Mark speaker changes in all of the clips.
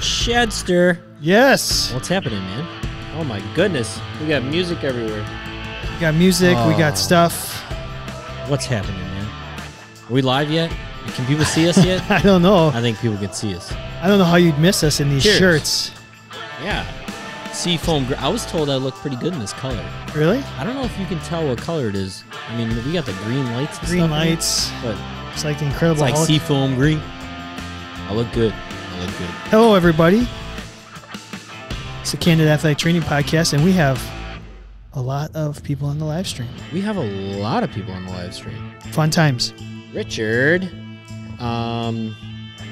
Speaker 1: Shadster.
Speaker 2: Yes.
Speaker 1: Oh, What's happening, man? Oh my goodness. We got music everywhere.
Speaker 2: We got music. We
Speaker 1: Oh.
Speaker 2: got stuff.
Speaker 1: What's happening, man? Are we live yet? Can people see us yet?
Speaker 2: I don't know.
Speaker 1: I think people could see us.
Speaker 2: I don't know how you'd miss us in these
Speaker 1: Cheers.
Speaker 2: shirts.
Speaker 1: Yeah. Seafoam. Gr- I was told I look pretty good in this color.
Speaker 2: Really?
Speaker 1: I don't know if you can tell what color it is. I mean, we got the green lights. And
Speaker 2: Green
Speaker 1: stuff in it,
Speaker 2: lights.
Speaker 1: but
Speaker 2: It's like the
Speaker 1: it's
Speaker 2: Incredible
Speaker 1: like
Speaker 2: Hulk.
Speaker 1: seafoam green. I look good. I look good.
Speaker 2: Hello, everybody. It's the Candid Athletic Training Podcast, and we have a lot of people on the live stream.
Speaker 1: We have a lot of people on the live stream.
Speaker 2: Fun times.
Speaker 1: Richard. Um,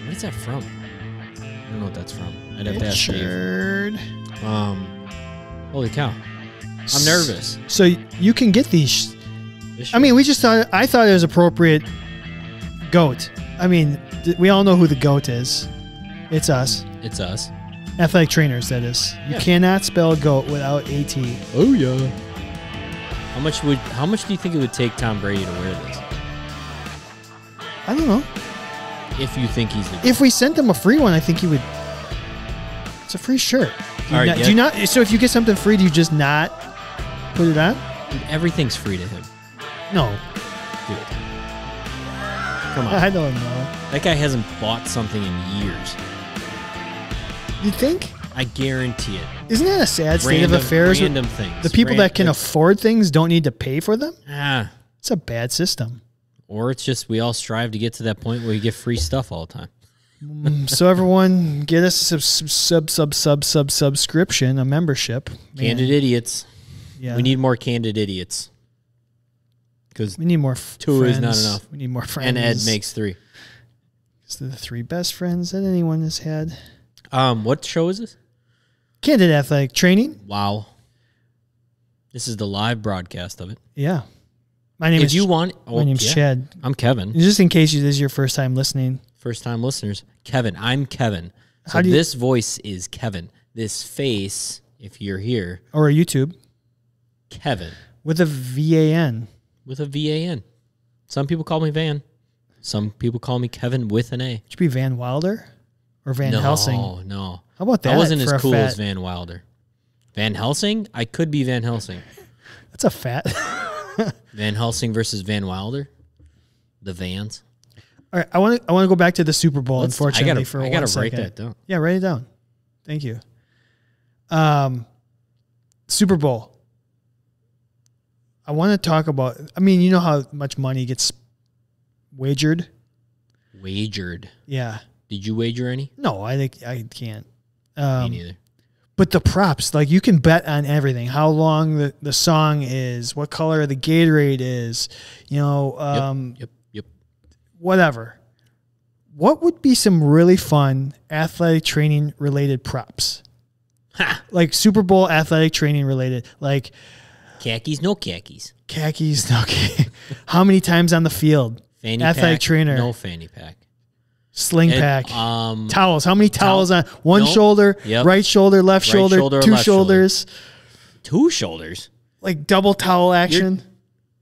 Speaker 1: what is that from? I don't know what that's from. I'd have to ask Dave.
Speaker 2: Richard.
Speaker 1: Um, holy cow. I'm nervous.
Speaker 2: So you can get these.
Speaker 1: This
Speaker 2: I mean, we just thought. I thought it was appropriate. Goat. I mean, th- we all know who the goat is. It's us,
Speaker 1: year, it's us.
Speaker 2: athletic trainers. That is. You
Speaker 1: Yeah.
Speaker 2: cannot spell goat without at.
Speaker 1: Oh yeah. How much would how much do you think it would take Tom Brady to wear this?
Speaker 2: I don't know.
Speaker 1: If you think he's the
Speaker 2: If we sent him a free one, I think he would. It's a free shirt. Do you,
Speaker 1: All right,
Speaker 2: not,
Speaker 1: yeah.
Speaker 2: do you not? So if you get something free, do you just not put it on?
Speaker 1: everything's free to him.
Speaker 2: No.
Speaker 1: Dude. Come on.
Speaker 2: I don't know.
Speaker 1: that guy hasn't bought something in years.
Speaker 2: You think?
Speaker 1: I guarantee it.
Speaker 2: Isn't that a sad state
Speaker 1: random,
Speaker 2: of affairs? with
Speaker 1: random things.
Speaker 2: The people
Speaker 1: Ran-
Speaker 2: that can afford things don't need to pay for them.
Speaker 1: ah,
Speaker 2: It's a bad system.
Speaker 1: or it's just we all strive to get to that point where we get free stuff all the time.
Speaker 2: Mm, so everyone, get us a sub sub sub sub sub subscription, a membership. Man,
Speaker 1: Candid idiots.
Speaker 2: yeah.
Speaker 1: We need more candid idiots. Because
Speaker 2: we need more f-
Speaker 1: Two is not
Speaker 2: friends.
Speaker 1: enough.
Speaker 2: We need more friends.
Speaker 1: and Ed makes three.
Speaker 2: It's the three best friends that anyone has had.
Speaker 1: Um, what show is this?
Speaker 2: Candid athletic training.
Speaker 1: Wow. This is the live broadcast of it.
Speaker 2: Yeah. My name
Speaker 1: If
Speaker 2: is
Speaker 1: you want,
Speaker 2: my
Speaker 1: oh,
Speaker 2: name's
Speaker 1: yeah.
Speaker 2: Chad.
Speaker 1: I'm Kevin.
Speaker 2: Just in case you, this is your first time listening.
Speaker 1: First time listeners, Kevin. I'm Kevin. So
Speaker 2: How do you-
Speaker 1: this voice is Kevin. This face, if you're here,
Speaker 2: or a YouTube
Speaker 1: Kevin
Speaker 2: with a VAN.
Speaker 1: with a V A N. Some people call me Van. Some people call me Kevin with an A.
Speaker 2: It should be Van Wilder or Van
Speaker 1: no,
Speaker 2: Helsing. How
Speaker 1: no.
Speaker 2: about that?
Speaker 1: That wasn't as
Speaker 2: for a
Speaker 1: cool
Speaker 2: fat-
Speaker 1: as Van Wilder. Van Helsing? I could be Van Helsing.
Speaker 2: That's a fat.
Speaker 1: Van Helsing versus Van Wilder? The Vans?
Speaker 2: All right, I want to I want to go back to the Super Bowl.
Speaker 1: Let's- I
Speaker 2: unfortunately,
Speaker 1: gotta-
Speaker 2: for
Speaker 1: I
Speaker 2: one
Speaker 1: gotta write
Speaker 2: second.
Speaker 1: that down.
Speaker 2: Yeah, write it down. Thank you. Um, Super Bowl. I want to talk about. I mean, you know how much money gets wagered.
Speaker 1: Wagered.
Speaker 2: Yeah.
Speaker 1: Did you wager any?
Speaker 2: No, I think I can't. Um,
Speaker 1: Me neither.
Speaker 2: But the props, like you can bet on everything. How long the, the song is, what color the Gatorade is, you know, um,
Speaker 1: Yep, yep.
Speaker 2: whatever. What would be some really fun athletic training related props?
Speaker 1: Ha!
Speaker 2: Like Super Bowl athletic training related, like
Speaker 1: Khakis, no khakis.
Speaker 2: khakis, okay. How many times on the field?
Speaker 1: Fanny pack,
Speaker 2: Athletic trainer.
Speaker 1: No fanny pack.
Speaker 2: Sling
Speaker 1: And,
Speaker 2: pack.
Speaker 1: um,
Speaker 2: towels. How many towels on one
Speaker 1: Nope.
Speaker 2: shoulder,
Speaker 1: Yep.
Speaker 2: right shoulder, left
Speaker 1: Right
Speaker 2: shoulder,
Speaker 1: shoulder or
Speaker 2: two
Speaker 1: left shoulder.
Speaker 2: shoulders,
Speaker 1: two shoulders.
Speaker 2: like double towel action?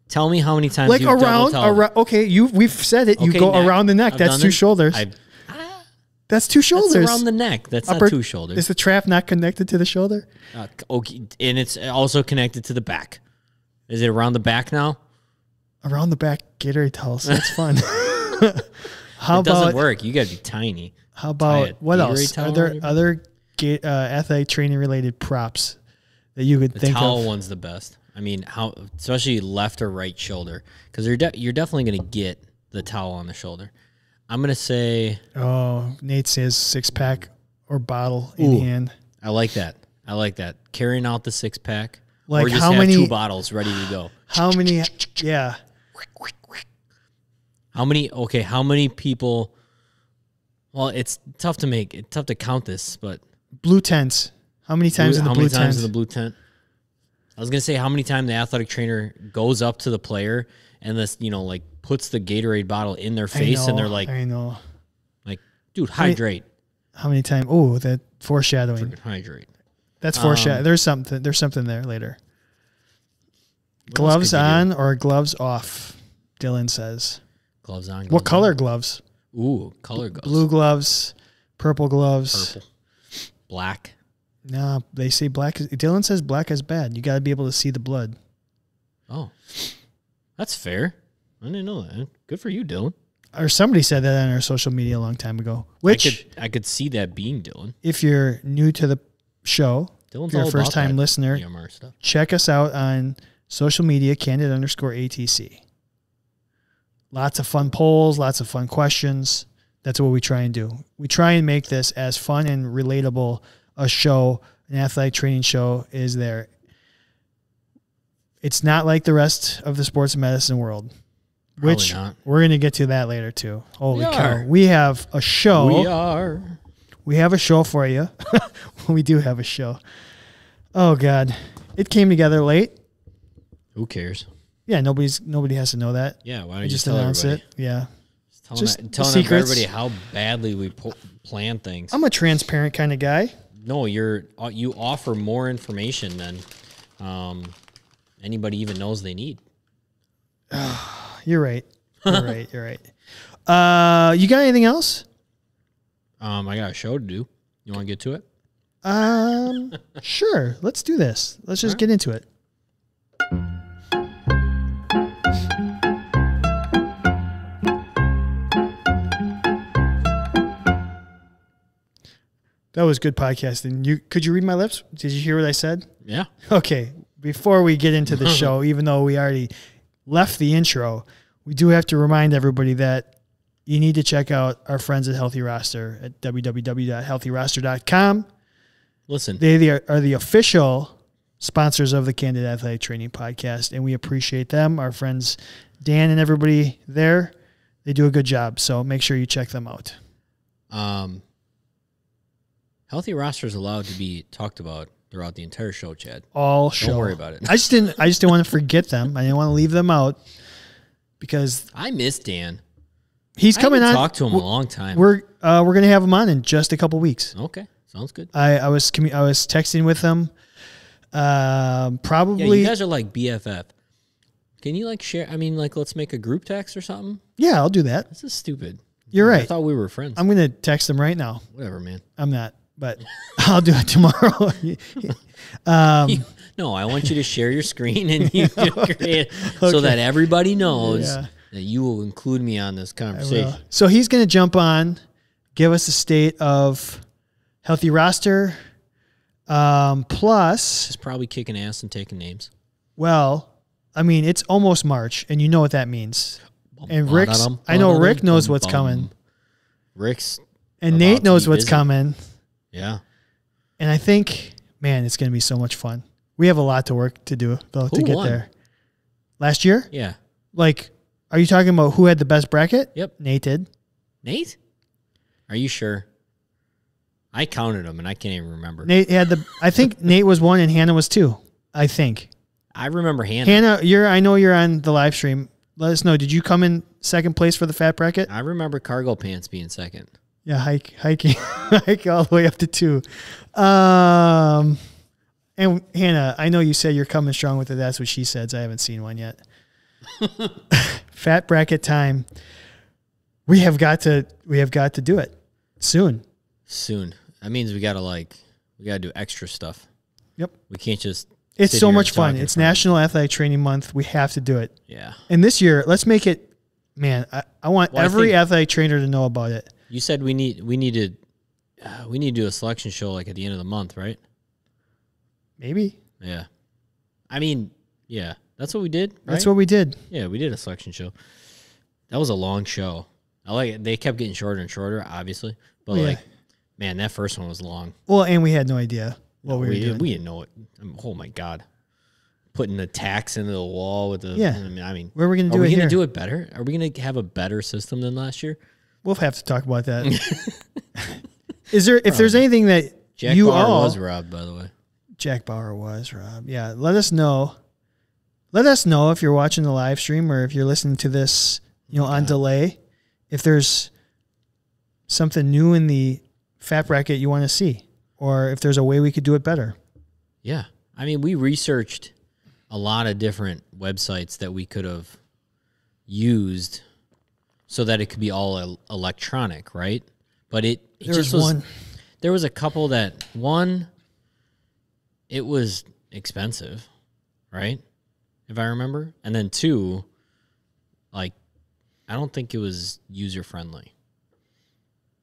Speaker 1: Tell me how many times
Speaker 2: like
Speaker 1: you've double
Speaker 2: around,
Speaker 1: toweled.
Speaker 2: around. Okay, you we've said it.
Speaker 1: Okay,
Speaker 2: you go
Speaker 1: neck.
Speaker 2: around the neck.
Speaker 1: I've
Speaker 2: That's
Speaker 1: done
Speaker 2: two
Speaker 1: it.
Speaker 2: shoulders.
Speaker 1: I've-
Speaker 2: that's two
Speaker 1: That's
Speaker 2: shoulders.
Speaker 1: around the neck. That's
Speaker 2: Upper-
Speaker 1: not two shoulders.
Speaker 2: Is the trap not connected to the shoulder?
Speaker 1: Uh, okay, and it's also connected to the back. Is it around the back now?
Speaker 2: Around the back Gatorade towel. So that's fun. how
Speaker 1: It doesn't
Speaker 2: about
Speaker 1: work. You got to be tiny.
Speaker 2: how
Speaker 1: it.
Speaker 2: about what
Speaker 1: Gatorade
Speaker 2: else? Are
Speaker 1: towel
Speaker 2: there
Speaker 1: maybe?
Speaker 2: other ga- uh, athletic training related props that you could
Speaker 1: The
Speaker 2: think
Speaker 1: towel
Speaker 2: of?
Speaker 1: one's the best. I mean, how especially left or right shoulder because you're de- you're definitely going to get the towel on the shoulder. I'm going to say
Speaker 2: Oh, Nate says six pack or bottle in
Speaker 1: Ooh.
Speaker 2: hand.
Speaker 1: I like that. I like that carrying out the six pack.
Speaker 2: Like
Speaker 1: or just
Speaker 2: how
Speaker 1: have
Speaker 2: many-
Speaker 1: two bottles ready to go.
Speaker 2: How many? Yeah,
Speaker 1: How many? Okay, how many people? Well, it's tough to make. It's tough to count this, but
Speaker 2: blue tents. How many times
Speaker 1: Blue-
Speaker 2: in the
Speaker 1: how
Speaker 2: blue
Speaker 1: many times
Speaker 2: tent?
Speaker 1: in the blue tent? I was gonna say how many times the athletic trainer goes up to the player and this, you know, like puts the Gatorade bottle in their
Speaker 2: I
Speaker 1: face and they're
Speaker 2: know,
Speaker 1: like,
Speaker 2: I know.
Speaker 1: like, dude, hydrate,
Speaker 2: How many times? Oh, that foreshadowing.
Speaker 1: Freaking hydrate.
Speaker 2: That's
Speaker 1: Um,
Speaker 2: foreshadow. there's something. There's something there later.
Speaker 1: else
Speaker 2: gloves
Speaker 1: could you do?
Speaker 2: on or gloves off? Dylan says.
Speaker 1: Gloves on. gloves
Speaker 2: What color gloves?
Speaker 1: on. Ooh, color gloves.
Speaker 2: Blue gloves, purple gloves.
Speaker 1: Purple. black.
Speaker 2: No, they say black. Is, Dylan says black is bad. You got to be able to see the blood.
Speaker 1: Oh, that's fair. I didn't know that. Good for you, Dylan.
Speaker 2: Or somebody said that on our social media a long time ago. Which,
Speaker 1: I could I could see that being Dylan.
Speaker 2: if you're new to the show,
Speaker 1: Dylan's
Speaker 2: if you're
Speaker 1: all
Speaker 2: a first
Speaker 1: about
Speaker 2: time
Speaker 1: that
Speaker 2: listener,
Speaker 1: EMR stuff.
Speaker 2: check us out on social media, candid underscore ATC. Lots of fun polls, lots of fun questions. That's what we try and do. We try and make this as fun and relatable a show, an athletic training show is there. It's not like the rest of the sports medicine world,
Speaker 1: Probably
Speaker 2: which
Speaker 1: not.
Speaker 2: we're going to get to that later too. Holy
Speaker 1: We
Speaker 2: cow.
Speaker 1: are.
Speaker 2: We have a show.
Speaker 1: We are.
Speaker 2: We have a show for you. we do have a show. Oh God, it came together late.
Speaker 1: Who cares?
Speaker 2: Yeah, nobody's nobody has to know that.
Speaker 1: Yeah, why
Speaker 2: I
Speaker 1: don't
Speaker 2: just
Speaker 1: you tell
Speaker 2: announce
Speaker 1: everybody?
Speaker 2: it. Yeah,
Speaker 1: Just telling,
Speaker 2: Just
Speaker 1: that-
Speaker 2: the
Speaker 1: telling
Speaker 2: secrets.
Speaker 1: everybody how badly we po- plan things.
Speaker 2: I'm a transparent kind of guy.
Speaker 1: no, you're uh, you offer more information than um, anybody even knows they need.
Speaker 2: You're right. You're right. You're right. Uh, you got anything else?
Speaker 1: Um, I got a show to do. You want to get to it?
Speaker 2: Um, sure. Let's do this. Let's just get into it. That was good podcasting. You could you read my lips? Did you hear what I said?
Speaker 1: Yeah.
Speaker 2: Okay, before we get into the show, even though we already left the intro, we do have to remind everybody that you need to check out our friends at Healthy Roster at www.healthyroster.com.
Speaker 1: Listen,
Speaker 2: They the- are the official sponsors of the Candid Athletic Training Podcast, and we appreciate them. Our friends Dan and everybody there, they do a good job. So make sure you check them out.
Speaker 1: um, healthy roster is allowed to be talked about throughout the entire show, Chad.
Speaker 2: all show.
Speaker 1: worry about it.
Speaker 2: I just didn't. I just didn't want to forget them. I didn't want to leave them out because
Speaker 1: I miss Dan.
Speaker 2: he's coming
Speaker 1: I
Speaker 2: on.
Speaker 1: haven't talked to him a long time.
Speaker 2: We're uh, we're gonna have him on in just a couple weeks.
Speaker 1: Okay, sounds good.
Speaker 2: I I was commu- I was texting with him. Um,
Speaker 1: Yeah,
Speaker 2: probably
Speaker 1: you
Speaker 2: yeah,
Speaker 1: guys are like BFF. Can you like share? I mean, like, let's make a group text or something.
Speaker 2: I'll do that.
Speaker 1: This is stupid.
Speaker 2: You're
Speaker 1: I
Speaker 2: right.
Speaker 1: thought we were friends.
Speaker 2: I'm gonna text him right now.
Speaker 1: Whatever, man.
Speaker 2: I'm not, but I'll do it tomorrow. um,
Speaker 1: No, I want you to share your screen and you can create so that everybody knows
Speaker 2: Yeah.
Speaker 1: that you will include me on this conversation.
Speaker 2: well, so he's gonna jump on, give us a state of healthy roster. Um, plus,
Speaker 1: Just probably kicking ass and taking names.
Speaker 2: well, I mean it's almost March, and you know what that means. And Rick's, I know Rick knows what's coming,
Speaker 1: Rick's,
Speaker 2: and
Speaker 1: About
Speaker 2: Nate
Speaker 1: to
Speaker 2: knows
Speaker 1: be
Speaker 2: what's
Speaker 1: busy.
Speaker 2: coming.
Speaker 1: yeah.
Speaker 2: And I think, man, it's going to be so much fun. We have a lot to work to do though to
Speaker 1: Who
Speaker 2: get
Speaker 1: won?
Speaker 2: there. Last year,
Speaker 1: Yeah.
Speaker 2: like, are you talking about who had the best bracket?
Speaker 1: Yep.
Speaker 2: Nate did.
Speaker 1: Nate? Are you sure? I counted them and I can't even remember.
Speaker 2: Nate had the. I think Nate was one and Hannah was two. I think
Speaker 1: I remember Hannah.
Speaker 2: Hannah, you're. I know you're on the live stream. Let us know. Did you come in second place for the fat bracket?
Speaker 1: I remember cargo pants being second.
Speaker 2: Yeah, hike, hiking, hike all the way up to two. Um, and Hannah, I know you said you're coming strong with it. That's what she said. so I haven't seen one yet. Fat bracket time. We have got to. We have got to do it soon.
Speaker 1: Soon. That means we gotta like we gotta do extra stuff.
Speaker 2: Yep.
Speaker 1: We can't just
Speaker 2: It's
Speaker 1: sit
Speaker 2: so
Speaker 1: here
Speaker 2: much
Speaker 1: and
Speaker 2: fun.
Speaker 1: talk in
Speaker 2: It's
Speaker 1: front of-
Speaker 2: National Athletic Training Month. We have to do it.
Speaker 1: Yeah.
Speaker 2: And this year, let's make it. Man, I, I want
Speaker 1: Well, I
Speaker 2: every
Speaker 1: think-
Speaker 2: athletic trainer to know about it.
Speaker 1: You said we need we need to uh, we need to do a selection show like at the end of the month, right?
Speaker 2: Maybe
Speaker 1: Yeah. I mean, yeah, that's what we did. Right?
Speaker 2: that's what we did.
Speaker 1: Yeah, we did a selection show. That was a long show. I like it. They kept getting shorter and shorter, obviously. But
Speaker 2: Yeah.
Speaker 1: like, man, that first one was long.
Speaker 2: Well, and we had no idea what we were
Speaker 1: we,
Speaker 2: doing.
Speaker 1: we didn't know it. I mean, oh my god, putting the tax into the wall with the.
Speaker 2: Yeah.
Speaker 1: I mean, I mean
Speaker 2: Where are we going to
Speaker 1: are
Speaker 2: do
Speaker 1: we
Speaker 2: it
Speaker 1: gonna
Speaker 2: here?
Speaker 1: do it better? Are we gonna have a better system than last year?
Speaker 2: We'll have to talk about that. Is there if there's anything that
Speaker 1: Jack
Speaker 2: you
Speaker 1: Bauer
Speaker 2: all
Speaker 1: was robbed, by the way.
Speaker 2: Jack Bauer was Rob? Yeah, let us know. Let us know if you're watching the live stream or if you're listening to this, you know, on delay. If there's something new in the fat bracket you want to see, or if there's a way we could do it better.
Speaker 1: Yeah. I mean, we researched a lot of different websites that we could have used so that it could be all el- electronic, right? But it, it
Speaker 2: There was
Speaker 1: just was
Speaker 2: one.
Speaker 1: there was a couple that one. It was expensive, right? If I remember, and then two, like, I don't think it was user friendly.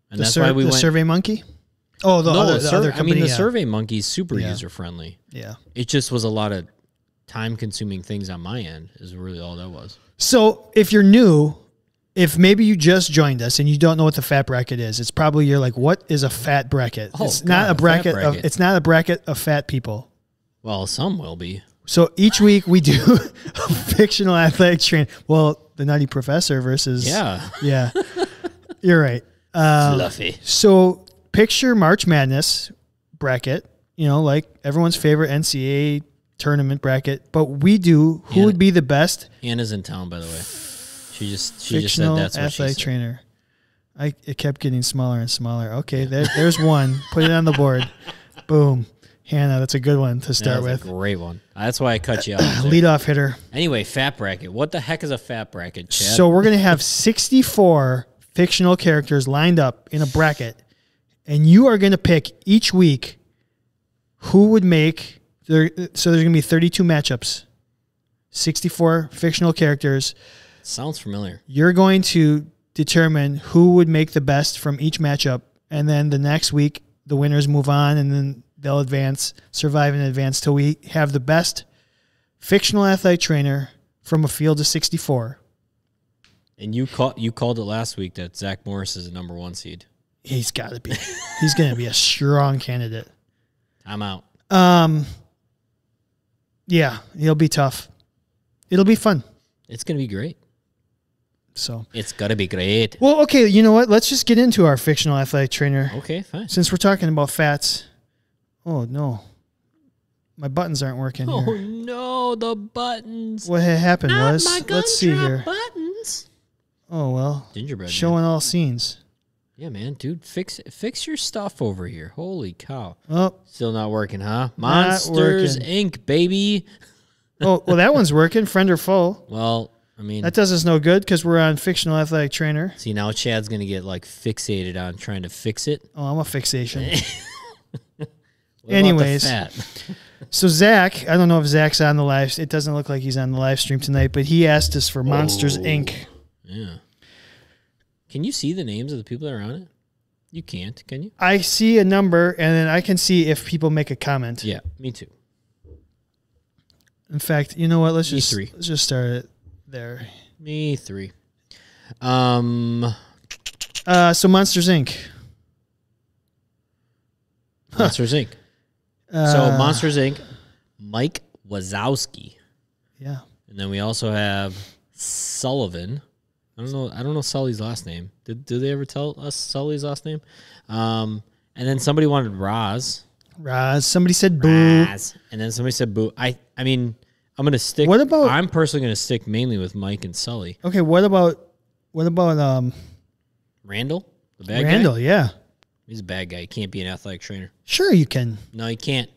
Speaker 1: And
Speaker 2: the
Speaker 1: that's
Speaker 2: sur-
Speaker 1: why we
Speaker 2: the
Speaker 1: went.
Speaker 2: Survey Monkey. Oh, the,
Speaker 1: no,
Speaker 2: other, the
Speaker 1: Sur-
Speaker 2: other
Speaker 1: I mean
Speaker 2: company.
Speaker 1: the
Speaker 2: yeah.
Speaker 1: Survey Monkey's super
Speaker 2: Yeah.
Speaker 1: user friendly.
Speaker 2: Yeah.
Speaker 1: It just was a lot of time consuming things on my end. Is really all that was.
Speaker 2: So if you're new, if maybe you just joined us and you don't know what the fat bracket is, it's probably you're like, what is a fat bracket?
Speaker 1: Oh,
Speaker 2: it's
Speaker 1: God,
Speaker 2: not
Speaker 1: a
Speaker 2: a
Speaker 1: fat
Speaker 2: bracket, of
Speaker 1: bracket.
Speaker 2: it's not a bracket of fat people.
Speaker 1: Well, some will be.
Speaker 2: So each week we do a fictional athletic train. Well, the Nutty Professor versus
Speaker 1: Yeah.
Speaker 2: yeah. You're right. Um,
Speaker 1: Fluffy.
Speaker 2: So picture March Madness bracket, you know, like everyone's favorite NCAA tournament bracket, but we do who
Speaker 1: Yeah.
Speaker 2: would be the best
Speaker 1: Anna's in town, by the way. She just she just said
Speaker 2: fictional
Speaker 1: that's what she
Speaker 2: athletic
Speaker 1: said.
Speaker 2: trainer. I it kept getting smaller and smaller. Okay, there, there's one. Put it on the board. Boom, Hannah. That's a good one to
Speaker 1: That
Speaker 2: start
Speaker 1: was
Speaker 2: with.
Speaker 1: a great one. That's why I cut you off. there.
Speaker 2: Lead off hitter.
Speaker 1: Anyway, fat bracket. What the heck is a fat bracket, Chad?
Speaker 2: So we're gonna have 64 fictional characters lined up in a bracket, and you are gonna pick each week who would make there. So there's gonna be 32 matchups, 64 fictional characters.
Speaker 1: sounds familiar.
Speaker 2: You're going to determine who would make the best from each matchup, and then the next week the winners move on, and then they'll advance, survive, and advance till we have the best fictional athletic trainer from a field of 64.
Speaker 1: And you called you called it last week that Zach Morris is the number one seed.
Speaker 2: He's got to be. He's going to be a strong candidate.
Speaker 1: I'm out.
Speaker 2: Um, yeah, he'll be tough. It'll be fun.
Speaker 1: It's gonna be great.
Speaker 2: So,
Speaker 1: It's gonna be great.
Speaker 2: well, okay. You know what? Let's just get into our fictional athletic trainer
Speaker 1: Okay, fine.
Speaker 2: since we're talking about fats. Oh no, my buttons aren't working
Speaker 1: Oh
Speaker 2: here.
Speaker 1: no, the buttons.
Speaker 2: What had happened
Speaker 1: Not
Speaker 2: was,
Speaker 1: my
Speaker 2: let's see
Speaker 1: gumdrop
Speaker 2: here.
Speaker 1: Buttons.
Speaker 2: Oh well,
Speaker 1: Gingerbread. man.
Speaker 2: showing all scenes.
Speaker 1: Yeah, man, dude, fix fix your stuff over here. Holy cow.
Speaker 2: Oh,
Speaker 1: Still not working, huh?
Speaker 2: Not
Speaker 1: Monsters Inc., baby.
Speaker 2: oh, well, that one's working. Friend or foe?
Speaker 1: Well, I mean,
Speaker 2: That does us no good because we're on fictional athletic trainer.
Speaker 1: see, now Chad's going to get like fixated on trying to fix it.
Speaker 2: Oh, I'm a fixation.
Speaker 1: What about the
Speaker 2: Anyways.
Speaker 1: fat?
Speaker 2: So Zach, I don't know if Zach's on the live. It doesn't look like he's on the live stream tonight, but he asked us for Monsters
Speaker 1: Oh.
Speaker 2: Inc.
Speaker 1: yeah. Can you see the names of the people that are on it? You can't, can you?
Speaker 2: I see a number, and then I can see if people make a comment.
Speaker 1: Yeah, me too.
Speaker 2: In fact, you know what? Let's
Speaker 1: Me
Speaker 2: just
Speaker 1: three.
Speaker 2: let's just start it there.
Speaker 1: Me three. Um,
Speaker 2: Uh, so Monsters Inc.
Speaker 1: Monsters Inc.
Speaker 2: Uh,
Speaker 1: So Monsters Inc. Mike Wazowski,
Speaker 2: Yeah,
Speaker 1: and then we also have Sullivan. I don't know. I don't know Sully's last name. Did do they ever tell us Sully's last name? Um, and then somebody wanted Roz.
Speaker 2: Roz. Somebody said boo.
Speaker 1: Roz. And then somebody said Boo. I. I mean, I'm gonna stick.
Speaker 2: Mm. What about-
Speaker 1: I'm personally gonna stick mainly with Mike and Sully.
Speaker 2: Okay, what about what about um
Speaker 1: Randall, the bad guy.
Speaker 2: Randall? Yeah,
Speaker 1: He's a bad guy. He can't be an athletic trainer.
Speaker 2: sure you can.
Speaker 1: No, he can't.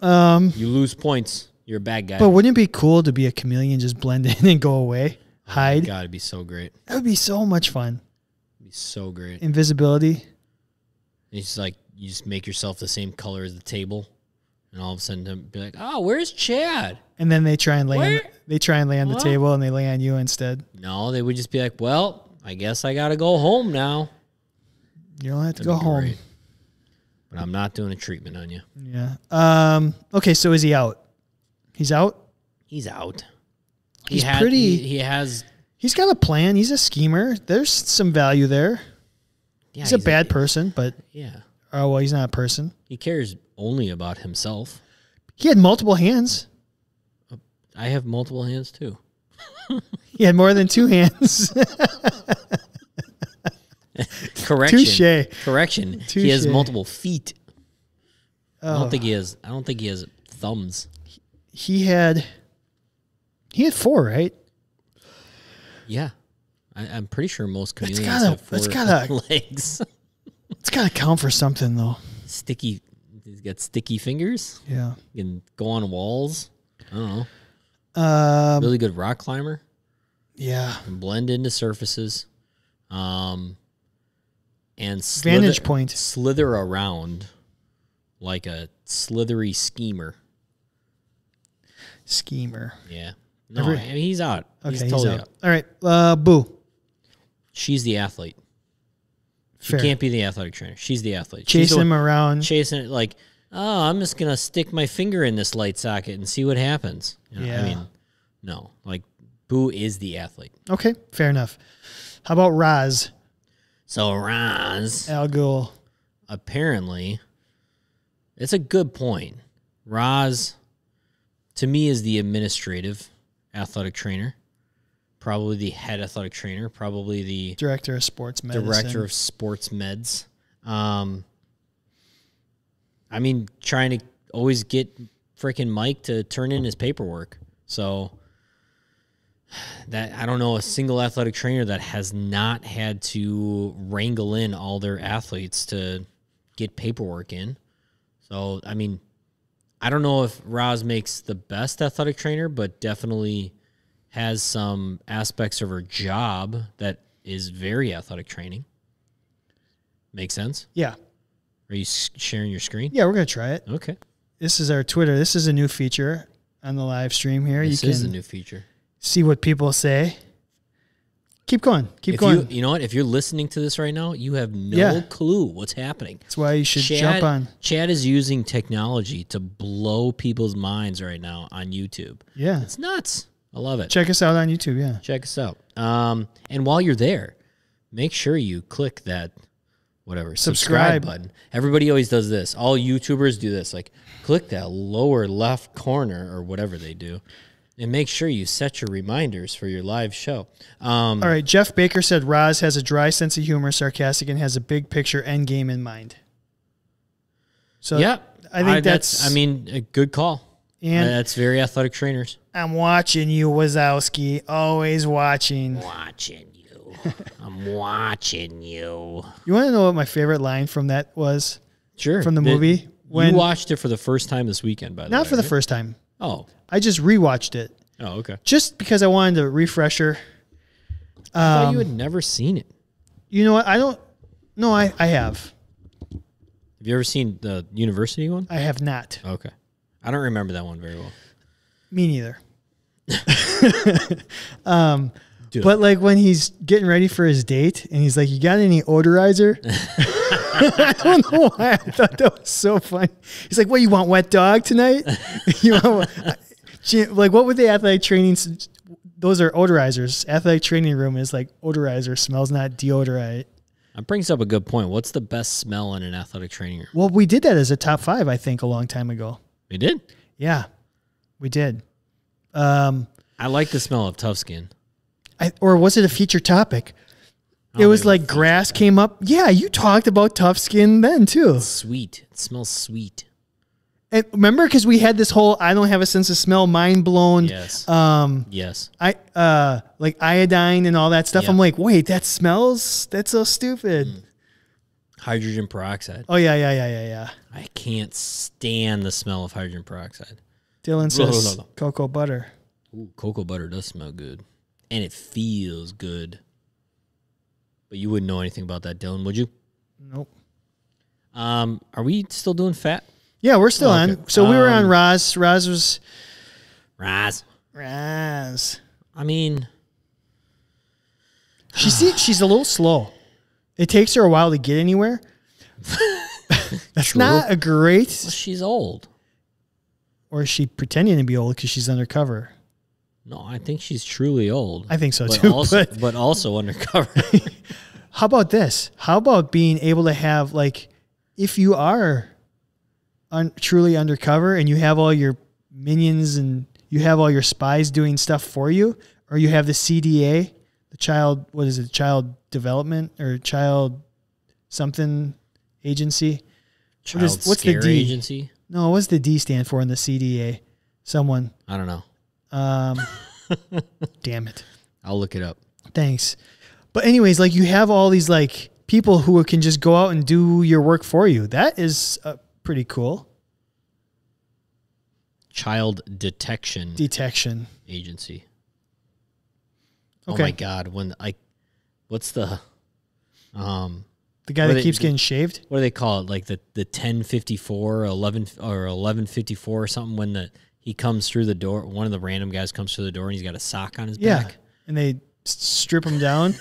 Speaker 2: Um,
Speaker 1: You lose points. You're a bad guy.
Speaker 2: but wouldn't it be cool to be a chameleon, just blend in and go away, hide?
Speaker 1: God, it'd be so great.
Speaker 2: that would be so much fun.
Speaker 1: It'd be so great.
Speaker 2: Invisibility.
Speaker 1: And It's like you just make yourself the same color as the table, and all of a sudden they'll be like, "Oh, where's Chad?"
Speaker 2: and then they try and lay on,
Speaker 1: Where-
Speaker 2: they try and lay on the
Speaker 1: Well-
Speaker 2: table and they lay on you instead.
Speaker 1: No, they would just be like, "Well, I guess I gotta go home now."
Speaker 2: You don't have to
Speaker 1: That'd
Speaker 2: go
Speaker 1: be
Speaker 2: home.
Speaker 1: great. But I'm not doing a treatment on you.
Speaker 2: Yeah. Um. Okay. So is he out? He's out.
Speaker 1: He's out.
Speaker 2: He's
Speaker 1: he had,
Speaker 2: pretty-
Speaker 1: He, he has.
Speaker 2: He's got a plan. He's a schemer. There's some value there.
Speaker 1: Yeah,
Speaker 2: He's, a bad person, but
Speaker 1: Yeah,
Speaker 2: oh well, he's not a person.
Speaker 1: he cares only about himself.
Speaker 2: He had multiple hands.
Speaker 1: I have multiple hands too.
Speaker 2: He had more than two hands.
Speaker 1: Correction.
Speaker 2: Touche.
Speaker 1: Correction. He has
Speaker 2: Touche.
Speaker 1: multiple feet. I
Speaker 2: Oh.
Speaker 1: don't think he has. I don't think he has thumbs.
Speaker 2: He had. He had four, right?
Speaker 1: Yeah. I, I'm pretty sure most chameleons
Speaker 2: gotta-
Speaker 1: have 4
Speaker 2: that's gotta-
Speaker 1: legs.
Speaker 2: It's gotta count for something, though.
Speaker 1: sticky. He's got sticky fingers.
Speaker 2: Yeah.
Speaker 1: He can go on walls. I don't know.
Speaker 2: Um.
Speaker 1: Really good rock climber.
Speaker 2: Yeah.
Speaker 1: Can blend into surfaces. Um, and slither,
Speaker 2: Vantage point.
Speaker 1: slither around like a slithery schemer.
Speaker 2: Schemer.
Speaker 1: Yeah. No,
Speaker 2: Every-
Speaker 1: I mean, he's out.
Speaker 2: Okay,
Speaker 1: he's
Speaker 2: he's
Speaker 1: totally
Speaker 2: out.
Speaker 1: out.
Speaker 2: All right, uh, boo.
Speaker 1: She's the athlete.
Speaker 2: Fair.
Speaker 1: Can't be the athletic trainer. She's the athlete. She's
Speaker 2: Chasing
Speaker 1: the
Speaker 2: him around.
Speaker 1: chasing it like, oh, I'm just gonna stick my finger in this light socket and see what happens. You know,
Speaker 2: Yeah.
Speaker 1: I mean, no, like Boo is the athlete.
Speaker 2: okay, fair enough. How about Raz
Speaker 1: So Roz
Speaker 2: Al Ghul?
Speaker 1: apparently it's a good point. Roz to me is the administrative athletic trainer. Probably the head athletic trainer, probably the
Speaker 2: director of sports medicine?
Speaker 1: director of sports meds. Um, I mean, trying to always get freaking Mike to turn in his paperwork. So that I don't know a single athletic trainer that has not had to wrangle in all their athletes to get paperwork in. So I mean, I don't know if Roz makes the best athletic trainer, but definitely has some aspects of her job that is very athletic training. Make sense?
Speaker 2: yeah,
Speaker 1: Are you s- sharing your screen?
Speaker 2: yeah, we're gonna try it.
Speaker 1: Okay.
Speaker 2: This is our Twitter. This is a new feature on the live stream here.
Speaker 1: This
Speaker 2: you
Speaker 1: is a
Speaker 2: can
Speaker 1: new feature.
Speaker 2: see what people say. Keep going. Keep
Speaker 1: If
Speaker 2: going.
Speaker 1: you, you know what? If you're listening to this right now, you have no
Speaker 2: Yeah.
Speaker 1: clue what's happening.
Speaker 2: That's why you should jump on.
Speaker 1: Chad is using technology to blow people's minds right now on YouTube.
Speaker 2: Yeah.
Speaker 1: It's nuts. I love it.
Speaker 2: Check us out on YouTube. Yeah.
Speaker 1: check us out. Um, and while you're there, make sure you click that whatever subscribe.
Speaker 2: Subscribe.
Speaker 1: button. Everybody always does this. All YouTubers do this. Like click that lower left corner or whatever they do, and make sure you set your reminders for your live show. Um,
Speaker 2: All right. Jeff Baker said Roz has a dry sense of humor, sarcastic, and has a big picture end game in mind. So
Speaker 1: yeah,
Speaker 2: Uh, I think that's-
Speaker 1: I mean, a good call.
Speaker 2: And-
Speaker 1: that's very athletic trainers
Speaker 2: I'm watching you, Wazowski. Always watching.
Speaker 1: watching you. I'm watching you.
Speaker 2: You want to know what my favorite line from that was?
Speaker 1: Sure.
Speaker 2: From the
Speaker 1: Th-
Speaker 2: movie? When-
Speaker 1: you watched it for the first time this weekend, by the way.
Speaker 2: Not for the
Speaker 1: right?
Speaker 2: first time.
Speaker 1: Oh.
Speaker 2: I just rewatched it
Speaker 1: Oh, okay.
Speaker 2: just because I wanted a refresher.
Speaker 1: I thought you
Speaker 2: Um,
Speaker 1: had never seen it.
Speaker 2: You know what? I don't. No, I, I have.
Speaker 1: Have you ever seen the university one?
Speaker 2: I have not.
Speaker 1: Okay. I don't remember that one very well.
Speaker 2: Me neither. Um,
Speaker 1: Dude.
Speaker 2: But like when he's getting ready for his date and he's like, You got any odorizer? I don't know why I thought that was so funny. He's like, What, you want wet dog tonight? you want, Gee, like, what would the athletic training? s- Those are odorizers. Athletic training room is like odorizer, smells not deodorant.
Speaker 1: That brings up a good point. What's the best smell in an athletic training room?
Speaker 2: Well, we did that as a top five, I think, a long time ago.
Speaker 1: We did.
Speaker 2: Yeah, we did. Um,
Speaker 1: I like the smell of tough skin.
Speaker 2: I, or was it a feature topic? It
Speaker 1: Oh,
Speaker 2: was
Speaker 1: it was
Speaker 2: like grass came up. Yeah, you talked about tough skin then too.
Speaker 1: Sweet. It smells sweet.
Speaker 2: And remember, because we had this whole "I don't have a sense of smell," mind blown.
Speaker 1: Yes.
Speaker 2: Um,
Speaker 1: yes.
Speaker 2: I uh, like iodine and all that stuff.
Speaker 1: Yeah. Mm.
Speaker 2: I'm like, wait, that smells. That's so stupid.
Speaker 1: Hydrogen peroxide.
Speaker 2: Oh yeah, yeah, yeah, yeah, yeah.
Speaker 1: I can't stand the smell of hydrogen peroxide.
Speaker 2: Dylan
Speaker 1: Blah, blah,
Speaker 2: says
Speaker 1: blah, blah.
Speaker 2: cocoa butter.
Speaker 1: Ooh, cocoa butter does smell good. And it feels good. But you wouldn't know anything about that, Dylan, would you?
Speaker 2: Nope.
Speaker 1: Um, are we still doing fat?
Speaker 2: Yeah, we're still
Speaker 1: Oh,
Speaker 2: on.
Speaker 1: okay.
Speaker 2: So we were on
Speaker 1: Um,
Speaker 2: Roz. Roz was
Speaker 1: Rise.
Speaker 2: Roz.
Speaker 1: I mean,
Speaker 2: She see, she's a little slow. It takes her a while to get anywhere. That's not a great.
Speaker 1: she's old.
Speaker 2: Or is she pretending to be old because she's undercover?
Speaker 1: No, I think she's truly old.
Speaker 2: I think so
Speaker 1: but
Speaker 2: too.
Speaker 1: also,
Speaker 2: but
Speaker 1: but, also undercover.
Speaker 2: How about this? How about being able to have like, if you are un- truly undercover and you have all your minions and you have all your spies doing stuff for you, or you have the CDA, the child, what is it, child development or child something agency?
Speaker 1: Child
Speaker 2: is- what's the
Speaker 1: scare
Speaker 2: D?
Speaker 1: agency?
Speaker 2: No, what's the D stand for in the CDA? Someone.
Speaker 1: I don't know.
Speaker 2: Um, damn it.
Speaker 1: I'll look it up.
Speaker 2: Thanks. But anyways, like you have all these like people who can just go out and do your work for you. That is uh, pretty cool.
Speaker 1: Child detection
Speaker 2: Detection.
Speaker 1: agency. Oh
Speaker 2: Okay.
Speaker 1: my god! When I, what's the, um,
Speaker 2: The guy
Speaker 1: Were
Speaker 2: that
Speaker 1: they-
Speaker 2: keeps getting shaved.
Speaker 1: what do they call it? Like the the 1054 11 or 1154 or something when the he comes through the door, one of the random guys comes through the door and he's got a sock on his
Speaker 2: Yeah.
Speaker 1: back.
Speaker 2: And they s- strip him down.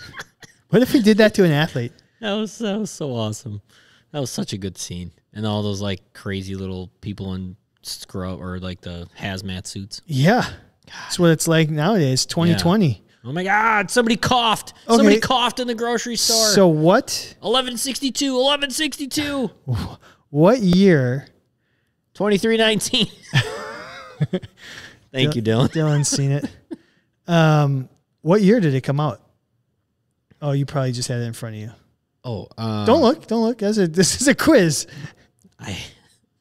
Speaker 2: what if we did that to an athlete?
Speaker 1: That was that was so awesome. That was such a good scene. And all those like crazy little people in scrub or like the hazmat suits.
Speaker 2: Yeah. That's what it's like nowadays, 2020.
Speaker 1: Oh my god, somebody coughed. Somebody
Speaker 2: Okay.
Speaker 1: coughed in the grocery store.
Speaker 2: So what
Speaker 1: 1162, 1162,
Speaker 2: what year
Speaker 1: 2319. Thank you, Dylan.
Speaker 2: Dylan's seen it? Um, what year did it come out? Oh, you probably just had it in front of you.
Speaker 1: Oh, uh,
Speaker 2: Don't look, don't look. That's a, this is a quiz.
Speaker 1: I,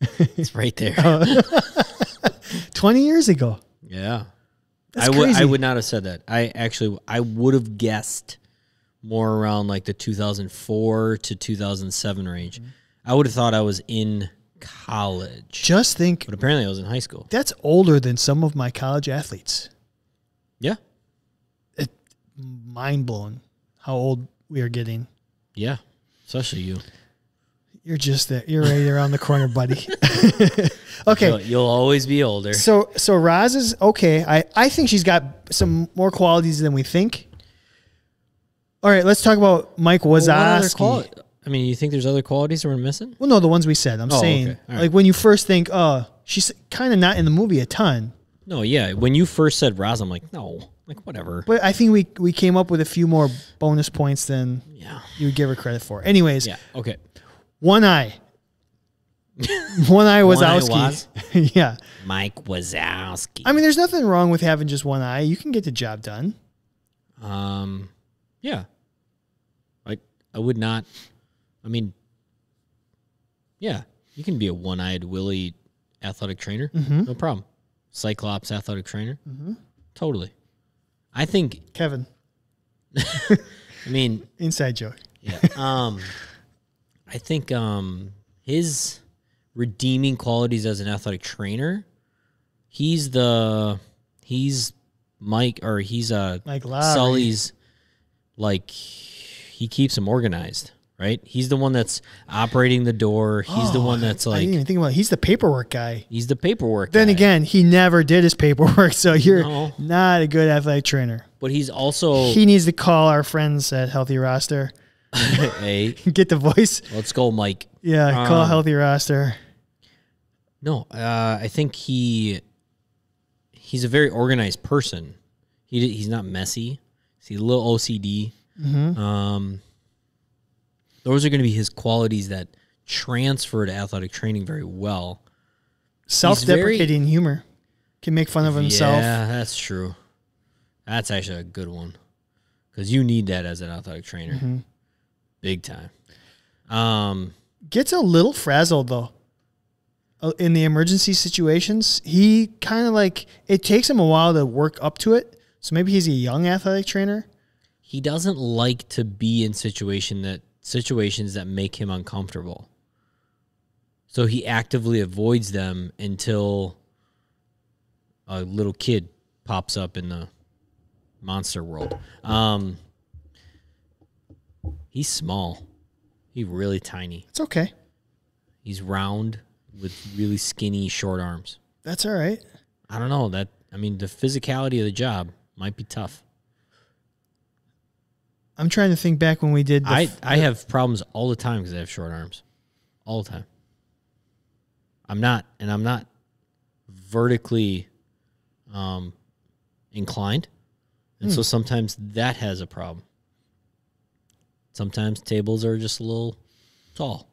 Speaker 1: it's right there.
Speaker 2: 20 years ago.
Speaker 1: Yeah.
Speaker 2: That's
Speaker 1: I would
Speaker 2: crazy.
Speaker 1: I would not have said that. I actually I would have guessed more around like the 2004 to 2007 range. I would have thought I was in college.
Speaker 2: Just think
Speaker 1: But apparently I was in high school.
Speaker 2: that's older than some of my college athletes.
Speaker 1: Yeah.
Speaker 2: It, mind blown how old we are getting.
Speaker 1: Yeah. Especially you.
Speaker 2: You're just there. You're right around the corner, buddy. okay.
Speaker 1: You'll, you'll always be older.
Speaker 2: So so Roz is okay. I, I think she's got some more qualities than we think. All right, let's talk about Mike
Speaker 1: What other
Speaker 2: Wazowski.
Speaker 1: quali- I mean, you think there's other qualities that we're missing?
Speaker 2: well, no, the ones we said. I'm
Speaker 1: Oh,
Speaker 2: saying
Speaker 1: okay. All right.
Speaker 2: like when you first think, oh, she's kind of not in the movie a ton,
Speaker 1: No, yeah. When you first said Roz, I'm like, no, like whatever.
Speaker 2: but I think we we came up with a few more bonus points than
Speaker 1: Yeah.
Speaker 2: you would give her credit for. Anyways,
Speaker 1: Yeah. Okay.
Speaker 2: one eye, one eye
Speaker 1: One Eye
Speaker 2: Wazowski. yeah,
Speaker 1: Mike Wazowski.
Speaker 2: I mean, there's nothing wrong with having just one eye. You can get the job done.
Speaker 1: Um, yeah. I I would not. I mean, yeah, you can be a one-eyed Willy athletic trainer, no problem. Cyclops athletic trainer, totally. I think.
Speaker 2: Kevin,
Speaker 1: I mean,
Speaker 2: inside joke.
Speaker 1: yeah. Um, I think um his redeeming qualities as an athletic trainer, he's the he's Mike or he's a
Speaker 2: Mike Lowry.
Speaker 1: Sully's like he keeps him organized, right? He's the one that's operating the door. He's the one that's
Speaker 2: Oh, I
Speaker 1: like
Speaker 2: didn't even think about. It. He's the paperwork guy.
Speaker 1: he's the paperwork.
Speaker 2: Then
Speaker 1: guy.
Speaker 2: again, he never did his paperwork, so you're
Speaker 1: No. Oh.
Speaker 2: not a good athletic trainer.
Speaker 1: but he's also
Speaker 2: He needs to call our friends at Healthy Roster.
Speaker 1: hey,
Speaker 2: Get the voice.
Speaker 1: let's go, Mike.
Speaker 2: Yeah, call
Speaker 1: Um,
Speaker 2: Healthy Roster.
Speaker 1: No, uh, I think he he's a very organized person. He he's not messy. He's a little OCD.
Speaker 2: Mm-hmm.
Speaker 1: Um, those are going to be his qualities that transfer to athletic training very well.
Speaker 2: Self-deprecating humor can make fun of himself.
Speaker 1: Yeah, that's true. That's actually a good one because you need that as an athletic trainer,
Speaker 2: Mm-hmm.
Speaker 1: big time. Um,
Speaker 2: Gets a little frazzled though. Uh, In the emergency situations, he kind of like it takes him a while to work up to it. So maybe he's a young athletic trainer.
Speaker 1: he doesn't like to be in situation that situations that make him uncomfortable. So he actively avoids them until a little kid pops up in the monster world. Um, he's small. He's really tiny.
Speaker 2: It's okay.
Speaker 1: He's round with really skinny short arms.
Speaker 2: That's all right.
Speaker 1: I don't know that. I mean, the physicality of the job might be tough.
Speaker 2: I'm trying to think back when we did. The
Speaker 1: I
Speaker 2: f-
Speaker 1: I have problems all the time because I have short arms, all the time. I'm not, and I'm not vertically um, inclined, and
Speaker 2: Hmm.
Speaker 1: so sometimes that has a problem. Sometimes tables are just a little tall.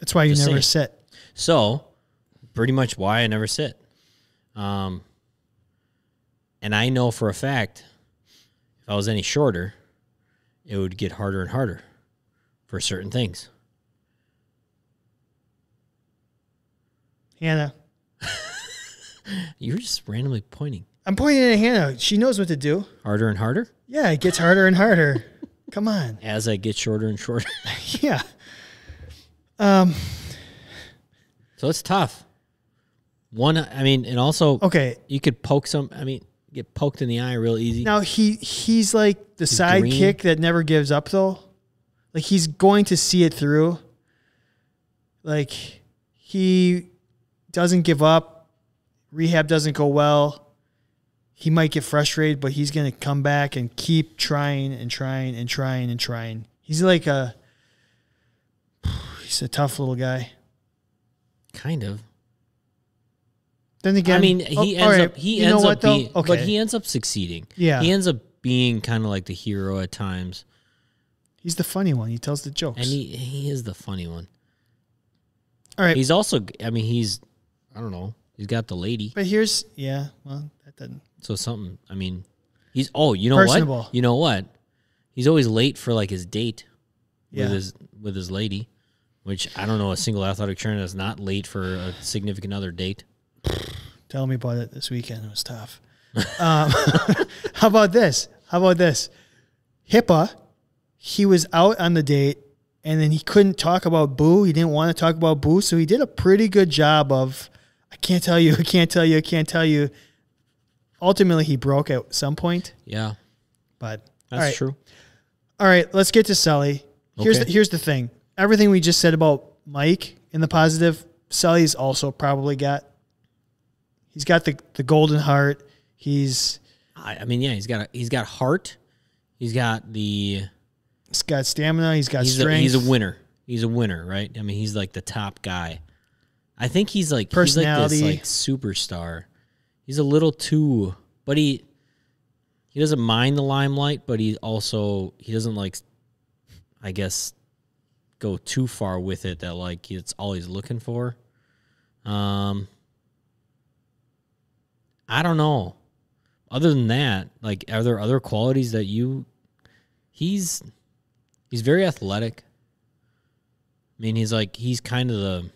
Speaker 2: that's why you
Speaker 1: just
Speaker 2: never
Speaker 1: saying.
Speaker 2: sit.
Speaker 1: So, pretty much why I never sit. Um, and I know for a fact, if I was any shorter, it would get harder and harder for certain things.
Speaker 2: Hannah.
Speaker 1: You were just randomly pointing
Speaker 2: I'm pointing at Hannah. She knows what to do.
Speaker 1: harder and harder
Speaker 2: Yeah, it gets harder and harder. Come on.
Speaker 1: as I get shorter and shorter.
Speaker 2: Yeah. Um,
Speaker 1: so it's tough. One, I mean, and also
Speaker 2: okay.
Speaker 1: you could poke some. I mean, get poked in the eye real easy.
Speaker 2: Now he he's like the sidekick that never gives up though. Like he's going to see it through. Like he doesn't give up. Rehab doesn't go well. He might get frustrated, but he's going to come back and keep trying and trying and trying and trying. He's like a he's a tough little guy.
Speaker 1: Kind of.
Speaker 2: Then again,
Speaker 1: I mean,
Speaker 2: oh,
Speaker 1: he
Speaker 2: all
Speaker 1: ends
Speaker 2: right.
Speaker 1: up he
Speaker 2: You know
Speaker 1: ends
Speaker 2: what,
Speaker 1: up being,
Speaker 2: though? okay.
Speaker 1: but he ends up succeeding.
Speaker 2: Yeah.
Speaker 1: he ends up being kind of like the hero at times,
Speaker 2: he's the funny one. He tells the jokes.
Speaker 1: and he he is the funny one.
Speaker 2: all right,
Speaker 1: He's also, I mean, he's I don't know, he's got the lady,
Speaker 2: but here's yeah. Well, that doesn't.
Speaker 1: so something. I mean, he's oh, you know
Speaker 2: Personable.
Speaker 1: what? You know what? He's always late for like his date
Speaker 2: Yeah,
Speaker 1: with his with his lady, which I don't know a single athletic trainer that's not late for a significant other date.
Speaker 2: tell me about it this weekend. It was tough. um, how about this? How about this? HIPAA. He was out on the date, and then he couldn't talk about boo. He didn't want to talk about boo, so he did a pretty good job of. I can't tell you. I can't tell you. I can't tell you. Ultimately, he broke at some point,
Speaker 1: Yeah,
Speaker 2: but all
Speaker 1: that's
Speaker 2: right.
Speaker 1: true.
Speaker 2: All right, let's get to Sully. Here's
Speaker 1: Okay.
Speaker 2: the, here's the thing. Everything we just said about Mike in the positive, Sully's also probably got. He's got the the golden heart. He's
Speaker 1: I, I mean, yeah, he's got a, he's got heart, he's got the
Speaker 2: he's got stamina. He's got
Speaker 1: he's a,
Speaker 2: strength.
Speaker 1: he's a winner. He's a winner, right? I mean, he's like the top guy. I think he's like
Speaker 2: Personality.
Speaker 1: He's like this like superstar. He's a little too, but he he doesn't mind the limelight, but he also he doesn't like, I guess, go too far with it. That like it's all he's looking for. Um, I don't know. Other than that, like, are there other qualities that you? He's he's very athletic. I mean, he's like he's kind of the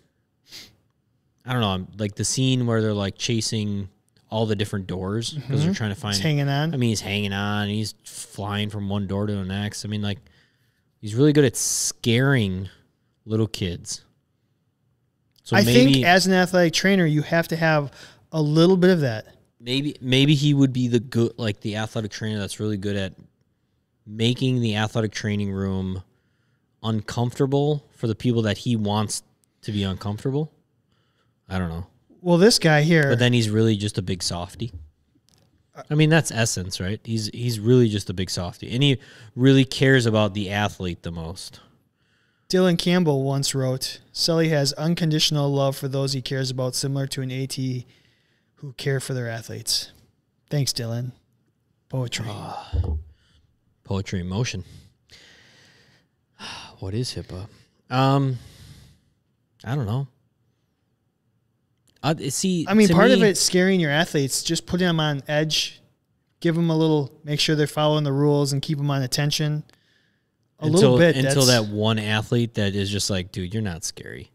Speaker 1: I don't know, like the scene where they're like chasing all the different doors because they're trying to find.
Speaker 2: Mm-hmm. He's hanging
Speaker 1: I
Speaker 2: on.
Speaker 1: mean, he's hanging on. He's flying from one door to the next. I mean, like he's really good at scaring little kids. So
Speaker 2: I
Speaker 1: maybe
Speaker 2: think as an athletic trainer, you have to have a little bit of that.
Speaker 1: maybe maybe he would be the good like the athletic trainer that's really good at making the athletic training room uncomfortable for the people that he wants to be uncomfortable. I don't know.
Speaker 2: Well, this guy here,
Speaker 1: But then he's really just a big softy. I mean, that's essence, right? He's he's really just a big softy, and he really cares about the athlete the most.
Speaker 2: Dylan Campbell once wrote, "Sully has unconditional love for those he cares about, similar to an AT who care for their athletes." Thanks, Dylan. Poetry.
Speaker 1: Poetry in motion. What is HIPAA? Um, I don't know. I see.
Speaker 2: I mean,
Speaker 1: to
Speaker 2: part of
Speaker 1: me-
Speaker 2: it's scaring your athletes. Just putting them on edge, give them a little, make sure they're following the rules and keep them on attention. A
Speaker 1: until,
Speaker 2: little bit.
Speaker 1: until
Speaker 2: that's,
Speaker 1: that one athlete that is just like, dude, you're not scary.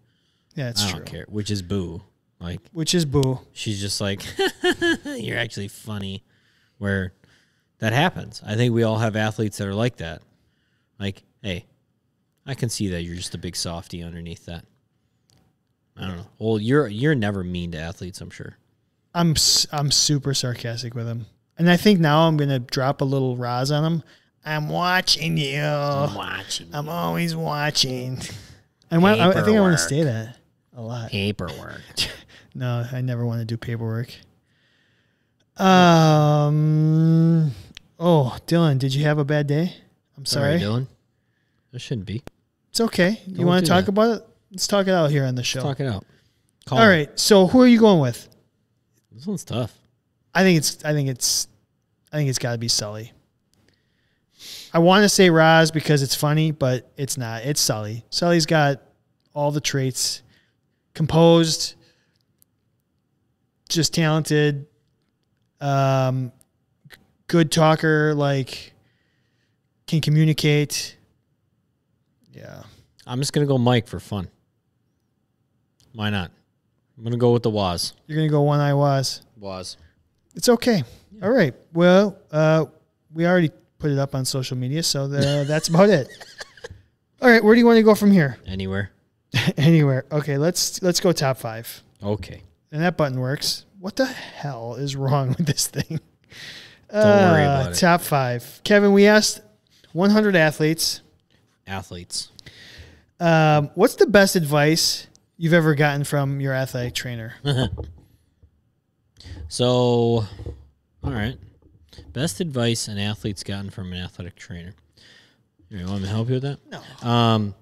Speaker 2: Yeah, it's
Speaker 1: I
Speaker 2: true.
Speaker 1: don't care. Which is boo. Like
Speaker 2: Which is boo.
Speaker 1: she's just like, you're actually funny. Where that happens, I think we all have athletes that are like that. Like, hey, I can see that you're just a big softy underneath that. I don't know. Well, you're you're never mean to athletes, I'm sure.
Speaker 2: I'm s- I'm super sarcastic with him, and I think now I'm gonna drop a little Roz on him. I'm watching you.
Speaker 1: Oh watching
Speaker 2: I'm always watching. And when, I, I think I
Speaker 1: Paperwork.
Speaker 2: want to stay that a lot.
Speaker 1: paperwork.
Speaker 2: No, I never want to do paperwork. Um. Oh, Dylan, did you have a bad day? I'm sorry.
Speaker 1: Sorry, Dylan. That shouldn't be.
Speaker 2: it's okay. You
Speaker 1: Don't
Speaker 2: want
Speaker 1: do
Speaker 2: to talk
Speaker 1: that.
Speaker 2: about it? Let's talk it out here on the show.
Speaker 1: Talk it out. Call
Speaker 2: All
Speaker 1: him.
Speaker 2: right. So who are you going with?
Speaker 1: This one's tough.
Speaker 2: I think it's. I think it's. I think it's got to be Sully. I want to say Roz because it's funny, but it's not. It's Sully. Sully's got all the traits: composed, just talented, um, g- good talker, like can communicate. Yeah,
Speaker 1: I'm just gonna go Mike for fun. Why not? I'm gonna go with the Waz.
Speaker 2: you're gonna go one eye was.
Speaker 1: Waz.
Speaker 2: It's okay. All right. Well, uh, we already put it up on social media, so the, that's about it. All right. Where do you want to go from here?
Speaker 1: Anywhere.
Speaker 2: Anywhere. Okay. Let's let's go top five.
Speaker 1: Okay.
Speaker 2: And that button works. What the hell is wrong with this thing? Uh,
Speaker 1: Don't worry about it.
Speaker 2: Top five. Kevin, we asked 100 athletes.
Speaker 1: athletes.
Speaker 2: Um, what's the best advice you've ever gotten from your athletic trainer?
Speaker 1: So, all right. Best advice an athlete's gotten from an athletic trainer. You want me to help you with that?
Speaker 2: No.
Speaker 1: Um,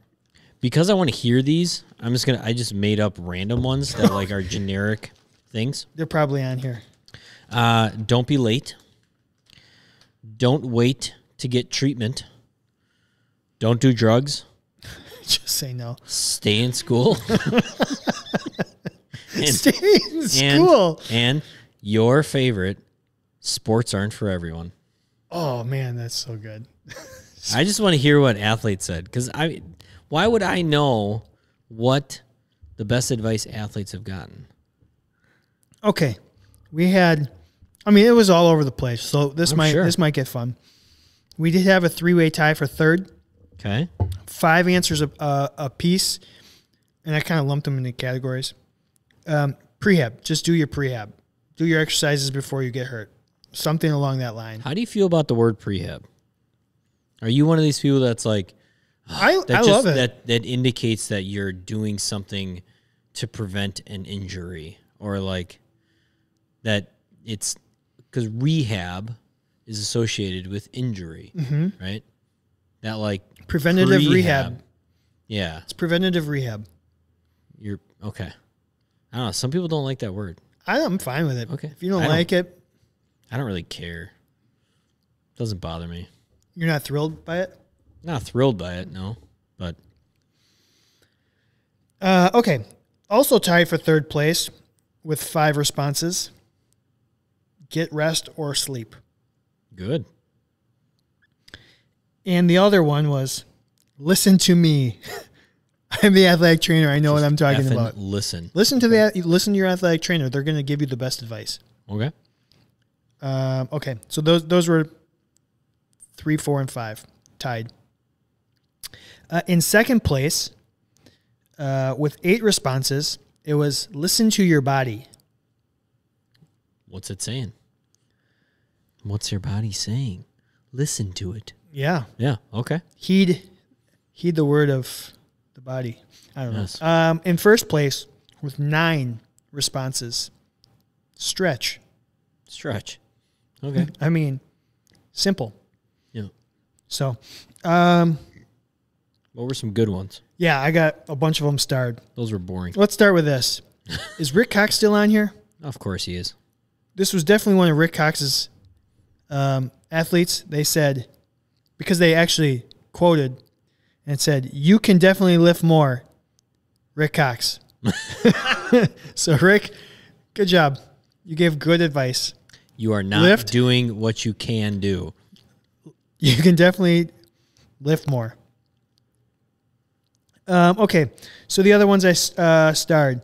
Speaker 1: because I want to hear these, I'm just gonna. I just made up random ones that like are generic things.
Speaker 2: They're probably on here.
Speaker 1: Uh, don't be late. Don't wait to get treatment. Don't do drugs.
Speaker 2: Just say no.
Speaker 1: Stay in school. And-
Speaker 2: Stay in school.
Speaker 1: And, and your favorite sports aren't for everyone.
Speaker 2: Oh man, that's so good.
Speaker 1: I just want to hear what athletes said because I, why would I know what the best advice athletes have gotten?
Speaker 2: Okay, we had. I mean, it was all over the place. So this
Speaker 1: I'm
Speaker 2: might
Speaker 1: Oh, sure.
Speaker 2: this might get fun. We did have a three way tie for third.
Speaker 1: Okay,
Speaker 2: Five answers a, a, a piece, and I kind of lumped them into categories. Um, prehab. Just do your prehab. Do your exercises before you get hurt. Something along that line.
Speaker 1: how do you feel about the word prehab? Are you one of these people that's like
Speaker 2: I,
Speaker 1: that
Speaker 2: I
Speaker 1: just
Speaker 2: love it.
Speaker 1: that that indicates that you're doing something to prevent an injury or like that it's because rehab is associated with injury, right? That like
Speaker 2: Mm-hmm. preventative
Speaker 1: prehab.
Speaker 2: rehab.
Speaker 1: yeah,
Speaker 2: It's preventative rehab.
Speaker 1: you're okay. I don't know. Some people don't like that word.
Speaker 2: I, I'm fine with it.
Speaker 1: Okay.
Speaker 2: If you don't
Speaker 1: I don't-
Speaker 2: like it,
Speaker 1: I don't really care. Doesn't bother me.
Speaker 2: you're not thrilled by it.
Speaker 1: Not thrilled by it, no. But
Speaker 2: Uh, okay. Also tied for third place with five responses. Get rest or sleep.
Speaker 1: good.
Speaker 2: And the other one was listen to me. I'm the athletic trainer. I know what I'm talking
Speaker 1: Effing
Speaker 2: about.
Speaker 1: Listen.
Speaker 2: Listen to the listen to your athletic trainer. They're going to give you the best advice.
Speaker 1: Okay.
Speaker 2: Um, okay, so those those were three, four, and five tied. Uh, in second place, uh, with eight responses, it was listen to your body.
Speaker 1: What's it saying? What's your body saying? Listen to it.
Speaker 2: Yeah,
Speaker 1: Yeah. Okay.
Speaker 2: heed heed the word of the body. I don't
Speaker 1: Yes.
Speaker 2: know. Um, in first place, with nine responses, stretch.
Speaker 1: Stretch. Okay.
Speaker 2: I mean, simple.
Speaker 1: yeah.
Speaker 2: So, um,
Speaker 1: What were some good ones?
Speaker 2: yeah, I got a bunch of them starred.
Speaker 1: Those were boring.
Speaker 2: Let's start with this. Is Rick Cox still on here?
Speaker 1: Of course he is.
Speaker 2: This was definitely one of Rick Cox's um, athletes. They said, because they actually quoted and said, You can definitely lift more, Rick Cox. so, Rick, good job. You gave good advice.
Speaker 1: You are not
Speaker 2: Lift.
Speaker 1: doing what you can do.
Speaker 2: You can definitely lift more. Um, okay, so the other ones I s- uh, starred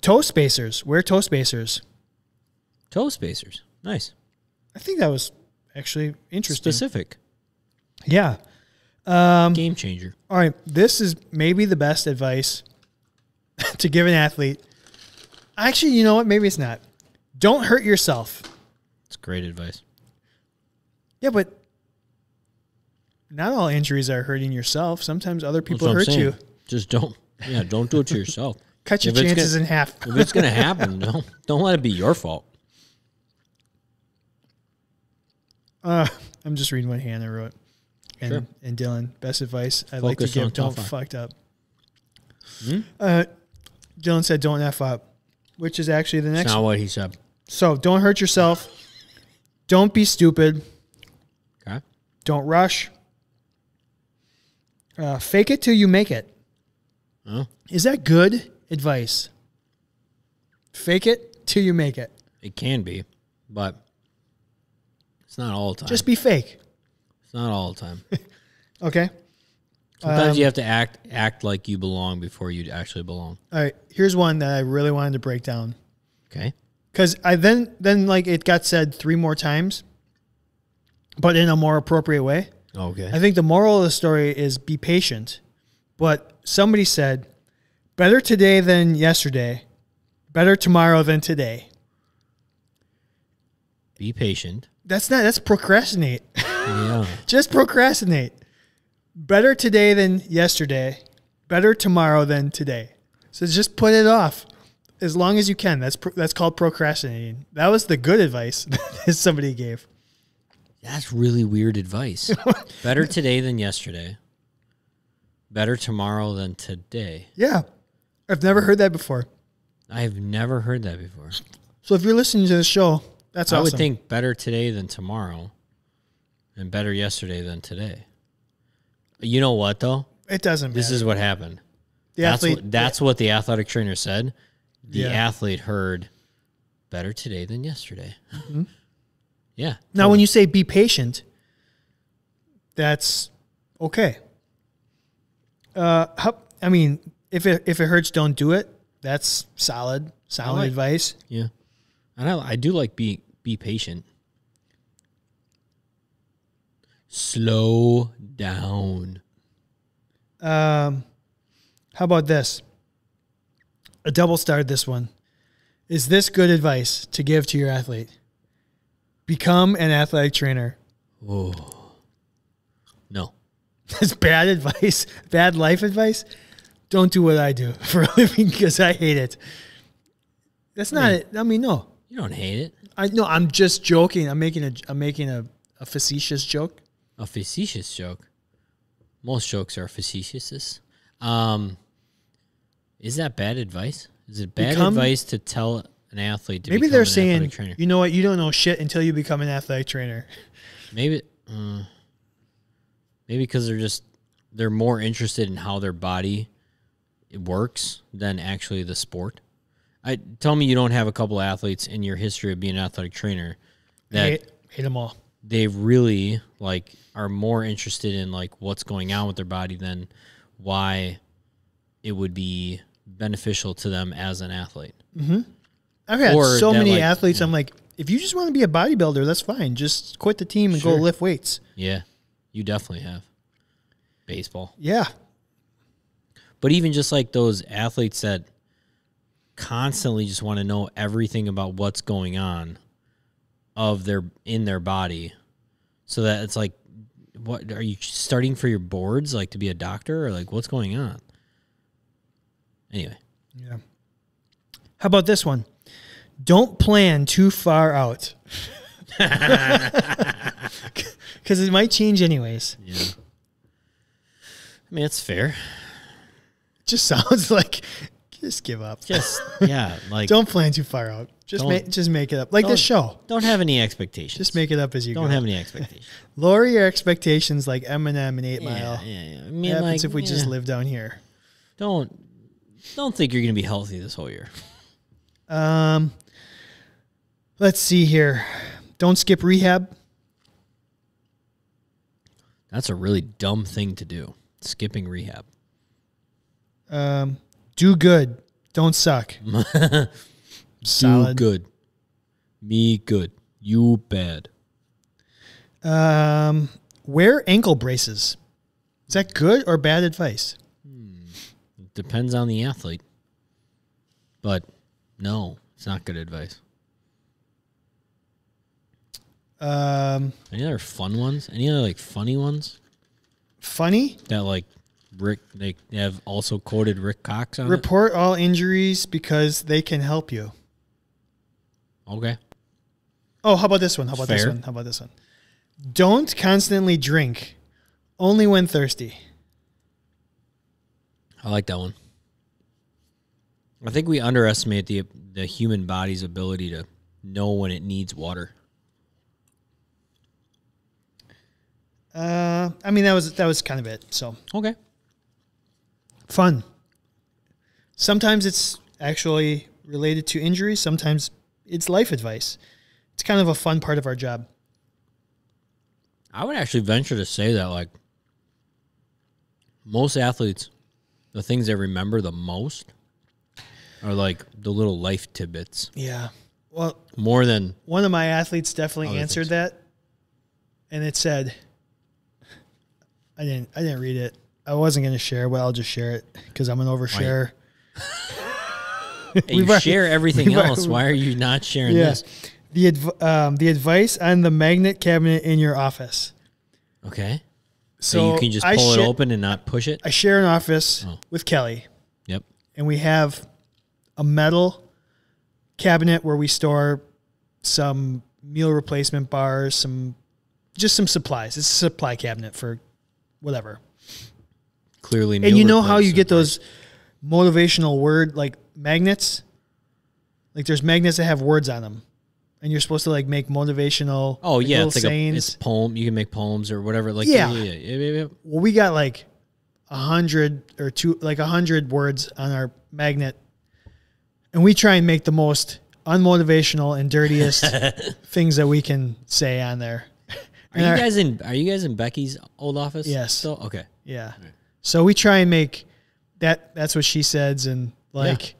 Speaker 2: toe spacers. Wear toe spacers.
Speaker 1: Toe spacers. Nice.
Speaker 2: I think that was actually interesting. Um,
Speaker 1: Specific.
Speaker 2: Yeah.
Speaker 1: Game changer.
Speaker 2: All right. This is maybe the best advice to give an athlete. Actually, you know what? Maybe it's not. Don't hurt yourself.
Speaker 1: It's great advice.
Speaker 2: Yeah, but not all injuries are hurting yourself. Sometimes other
Speaker 1: That's
Speaker 2: people
Speaker 1: what I'm
Speaker 2: hurt
Speaker 1: saying.
Speaker 2: you.
Speaker 1: Just don't. Yeah, don't do it to yourself.
Speaker 2: Cut your
Speaker 1: If it's gonna-
Speaker 2: chances in half.
Speaker 1: if it's gonna happen, don't don't let it be your fault.
Speaker 2: Uh, I'm just reading what Hannah wrote. And,
Speaker 1: Sure.
Speaker 2: and Dylan, best advice I'd like to
Speaker 1: Focus on
Speaker 2: give. Don't
Speaker 1: top Hmm? five.
Speaker 2: fucked up. Uh, Dylan said, don't F up, which is actually the next
Speaker 1: That's not what he said.
Speaker 2: So don't hurt yourself. Don't be stupid.
Speaker 1: Okay.
Speaker 2: Don't rush. Uh, fake it till you make it.
Speaker 1: Oh,
Speaker 2: Is that good advice? Fake it till you make it.
Speaker 1: it can be, but it's not all the time.
Speaker 2: Just be fake.
Speaker 1: it's not all the time.
Speaker 2: Okay.
Speaker 1: Sometimes
Speaker 2: Um,
Speaker 1: you have to act act like you belong before you actually belong.
Speaker 2: All right. Here's one that I really wanted to break down
Speaker 1: Okay.
Speaker 2: because I then then like it got said three more times, but in a more appropriate way. I
Speaker 1: Okay.
Speaker 2: think the moral of the story is be patient. But somebody said, better today than yesterday, better tomorrow than today.
Speaker 1: Be patient.
Speaker 2: That's not, that's procrastinate.
Speaker 1: Yeah.
Speaker 2: Just procrastinate. better today than yesterday, better tomorrow than today. So just put it off as long as you can. That's pro- that's called procrastinating. That was the good advice that somebody gave.
Speaker 1: That's really weird advice. Better today than yesterday. Better tomorrow than today.
Speaker 2: Yeah. I've never heard that before.
Speaker 1: I have never heard that before.
Speaker 2: So if you're listening to this show, that's
Speaker 1: I
Speaker 2: awesome.
Speaker 1: would think better today than tomorrow and better yesterday than today. You know what though?
Speaker 2: it doesn't matter.
Speaker 1: This is what happened.
Speaker 2: the
Speaker 1: that's
Speaker 2: athlete.
Speaker 1: what, that's what the athletic trainer said. The
Speaker 2: Yeah.
Speaker 1: athlete heard better today than yesterday.
Speaker 2: Mm-hmm.
Speaker 1: Yeah.
Speaker 2: now, when you say be patient, that's okay. Uh, how, I mean, if it if it hurts, don't do it. That's solid, solid
Speaker 1: like-
Speaker 2: advice.
Speaker 1: Yeah. And I, I do like be be patient. Slow down.
Speaker 2: Um, how about this? A double starred this one. Is this good advice to give to your athlete? Become an athletic trainer.
Speaker 1: Oh. No.
Speaker 2: That's bad advice, bad life advice. Don't do what I do for a living because I hate it. That's
Speaker 1: Hmm.
Speaker 2: not it. I mean, no.
Speaker 1: You don't hate it.
Speaker 2: I no, I'm just joking. I'm making a I'm making a, a facetious joke.
Speaker 1: A facetious joke. Most jokes are facetious. Um is that bad advice? Is it bad
Speaker 2: Become-
Speaker 1: advice to tell an athlete to
Speaker 2: Maybe
Speaker 1: become
Speaker 2: they're
Speaker 1: an
Speaker 2: saying,
Speaker 1: athletic trainer?
Speaker 2: you know what, you don't know shit until you become an athletic trainer.
Speaker 1: Maybe, uh, maybe because they're just they're more interested in how their body works than actually the sport. I tell me you don't have a couple athletes in your history of being an athletic trainer that
Speaker 2: hate, hate them all.
Speaker 1: they really like are more interested in like what's going on with their body than why it would be beneficial to them as an athlete.
Speaker 2: I've had
Speaker 1: Or
Speaker 2: so
Speaker 1: that,
Speaker 2: many
Speaker 1: like,
Speaker 2: athletes. I'm like, if you just want to be a bodybuilder, that's fine. Just quit the team and
Speaker 1: Sure.
Speaker 2: go lift weights.
Speaker 1: Yeah, you definitely have baseball.
Speaker 2: Yeah,
Speaker 1: But even just like those athletes that constantly just want to know everything about what's going on of their in their body, so that it's like, what are you starting for your boards? Like to be a doctor or like what's going on? Anyway,
Speaker 2: yeah. How about this one? Don't plan too far out, because it might change anyways.
Speaker 1: I mean it's fair.
Speaker 2: Just sounds like just give up.
Speaker 1: Just yeah, like don't
Speaker 2: Don't plan too far out. Just
Speaker 1: Don't-
Speaker 2: make just make it up like this show.
Speaker 1: don't have any expectations.
Speaker 2: Just make it up as you
Speaker 1: don't
Speaker 2: go.
Speaker 1: have any expectations.
Speaker 2: Lower your expectations like Eminem and Eight
Speaker 1: yeah,
Speaker 2: Mile.
Speaker 1: yeah, yeah. I mean,
Speaker 2: It
Speaker 1: like
Speaker 2: happens if we just
Speaker 1: yeah,
Speaker 2: live down here.
Speaker 1: don't don't think you're gonna be healthy this whole year.
Speaker 2: Um, let's see here. Don't skip rehab.
Speaker 1: That's a really dumb thing to do. Skipping rehab.
Speaker 2: Um, do good. Don't suck.
Speaker 1: You
Speaker 2: Solid.
Speaker 1: good. Me good. You bad.
Speaker 2: Um, wear ankle braces. Is that good or bad advice?
Speaker 1: Depends on the athlete. But no, it's not good advice.
Speaker 2: Um,
Speaker 1: Any other fun ones? Any other like funny ones
Speaker 2: funny.
Speaker 1: that like Rick they have also quoted Rick Cox on? it?
Speaker 2: Report all injuries because they can help you.
Speaker 1: Okay.
Speaker 2: Oh, how about this one? How about this
Speaker 1: Fair.
Speaker 2: one? How about this one? Don't constantly drink, only when thirsty.
Speaker 1: I like that one. I think we underestimate the the human body's ability to know when it needs water.
Speaker 2: Uh, I mean that was that was kind of it. So
Speaker 1: Okay.
Speaker 2: fun. Sometimes it's actually related to injury. Sometimes it's life advice. It's kind of a fun part of our job.
Speaker 1: I would actually venture to say that like most athletes, the things they remember the most are like the little life tidbits
Speaker 2: Yeah. Well,
Speaker 1: more than
Speaker 2: one of my athletes definitely
Speaker 1: Other
Speaker 2: answered
Speaker 1: things.
Speaker 2: that, and it said, "I didn't. I didn't read it. I wasn't going to share, but I'll just share it because I'm an overshare."
Speaker 1: hey, you
Speaker 2: We've already-
Speaker 1: share everything
Speaker 2: we've already-
Speaker 1: else. Why are you not sharing
Speaker 2: Yes.
Speaker 1: this?
Speaker 2: The adv- um, the advice on the magnet cabinet in your office.
Speaker 1: Okay. So,
Speaker 2: So
Speaker 1: you can just
Speaker 2: I
Speaker 1: pull it
Speaker 2: share-
Speaker 1: open and not push it.
Speaker 2: I share an office
Speaker 1: Oh.
Speaker 2: with Kelly,
Speaker 1: Yep.
Speaker 2: and we have a metal cabinet where we store some meal replacement bars, some just some supplies. It's a supply cabinet for whatever.
Speaker 1: Clearly.
Speaker 2: And
Speaker 1: meal
Speaker 2: you know how you get
Speaker 1: replacement.
Speaker 2: those motivational word like magnets? Like there's magnets that have words on them. And you're supposed to like make motivational
Speaker 1: Oh
Speaker 2: like,
Speaker 1: yeah,
Speaker 2: little
Speaker 1: it's like a, it's
Speaker 2: sayings.
Speaker 1: a poem. You can make poems or whatever. Like
Speaker 2: Yeah.
Speaker 1: yeah, yeah, yeah, yeah.
Speaker 2: well, we got like a hundred or two, like a hundred words on our magnet, and we try and make the most unmotivational and dirtiest things that we can say on there.
Speaker 1: Are
Speaker 2: And our-
Speaker 1: you guys in? Are you guys in Becky's old office?
Speaker 2: Yes.
Speaker 1: So okay.
Speaker 2: yeah. So we try and make that. That's what she says, and like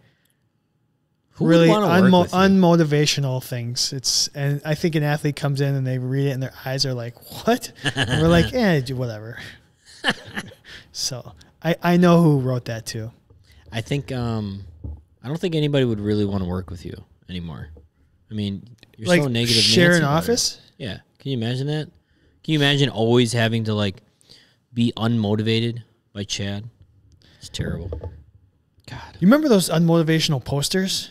Speaker 1: Who
Speaker 2: really
Speaker 1: would want to
Speaker 2: unmo-
Speaker 1: work with you?
Speaker 2: unmotivational things. It's and I think an athlete comes in and they read it and their eyes are like, "What?" and we're like, "Eh, do whatever." so I I know who wrote that too.
Speaker 1: I think um, I don't think anybody would really want to work with you anymore. I mean, you're so negative.
Speaker 2: share
Speaker 1: Nancy
Speaker 2: an
Speaker 1: about it.
Speaker 2: office.
Speaker 1: Yeah. Can you imagine that? Can you imagine always having to like be unmotivated by Chad? It's terrible. God.
Speaker 2: You remember those unmotivational posters?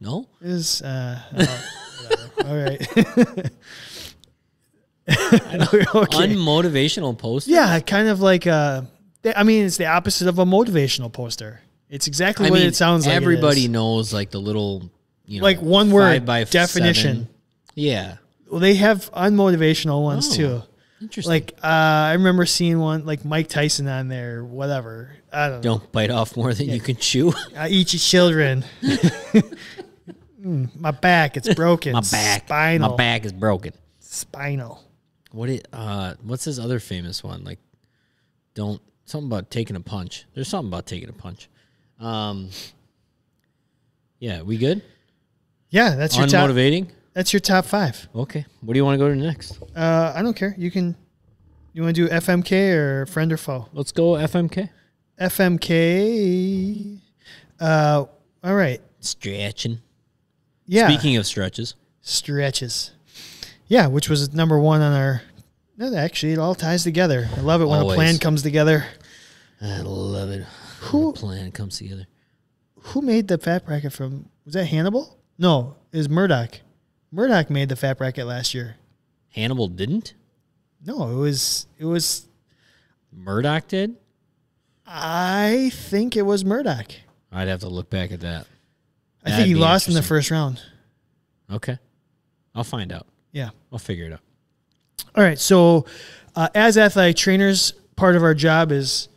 Speaker 1: No.
Speaker 2: Is uh, oh, whatever. all right. okay.
Speaker 1: Unmotivational post.
Speaker 2: yeah, kind of like uh, th- I mean, it's the opposite of a motivational poster. It's exactly
Speaker 1: I
Speaker 2: what
Speaker 1: mean,
Speaker 2: it sounds like. it
Speaker 1: everybody
Speaker 2: is.
Speaker 1: knows like the little, you know,
Speaker 2: Like one
Speaker 1: five
Speaker 2: word,
Speaker 1: f-
Speaker 2: definition.
Speaker 1: seven. Yeah.
Speaker 2: Well, they have unmotivational ones
Speaker 1: Oh.
Speaker 2: too.
Speaker 1: Interesting.
Speaker 2: Like uh, I remember seeing one like Mike Tyson on there, whatever. I don't know.
Speaker 1: don't bite off more than you can chew.
Speaker 2: I eat your children. Mm, my back, it's broken.
Speaker 1: My back.
Speaker 2: spinal,
Speaker 1: My back is broken.
Speaker 2: spinal.
Speaker 1: What it uh what's his other famous one? Like don't something about taking a punch. There's something about taking a punch. Um Yeah, we good?
Speaker 2: Yeah, that's your top.
Speaker 1: Unmotivating?
Speaker 2: That's your top five.
Speaker 1: Okay. What do you want to go to next?
Speaker 2: Uh, I don't care. You can. You want to do FMK or friend or foe?
Speaker 1: Let's go FMK.
Speaker 2: FMK. Uh, all right.
Speaker 1: Stretching.
Speaker 2: Yeah.
Speaker 1: Speaking of stretches.
Speaker 2: Stretches. Yeah, which was number one on our. No, actually, it all ties together. I love it when
Speaker 1: Always.
Speaker 2: a plan comes together.
Speaker 1: I love it.
Speaker 2: Who-
Speaker 1: Who plan comes together.
Speaker 2: Who made the fat bracket from? Was that Hannibal? No, it was Murdoch. Murdoch made the fat bracket last year.
Speaker 1: Hannibal didn't?
Speaker 2: No, it was it was.
Speaker 1: Murdoch did?
Speaker 2: I think it was Murdoch.
Speaker 1: I'd have to look back at that.
Speaker 2: I
Speaker 1: That'd
Speaker 2: think he
Speaker 1: be
Speaker 2: lost in the
Speaker 1: interesting.
Speaker 2: first round.
Speaker 1: Okay. I'll find out.
Speaker 2: Yeah.
Speaker 1: I'll figure it out.
Speaker 2: All right. So, uh, as athletic trainers, part of our job is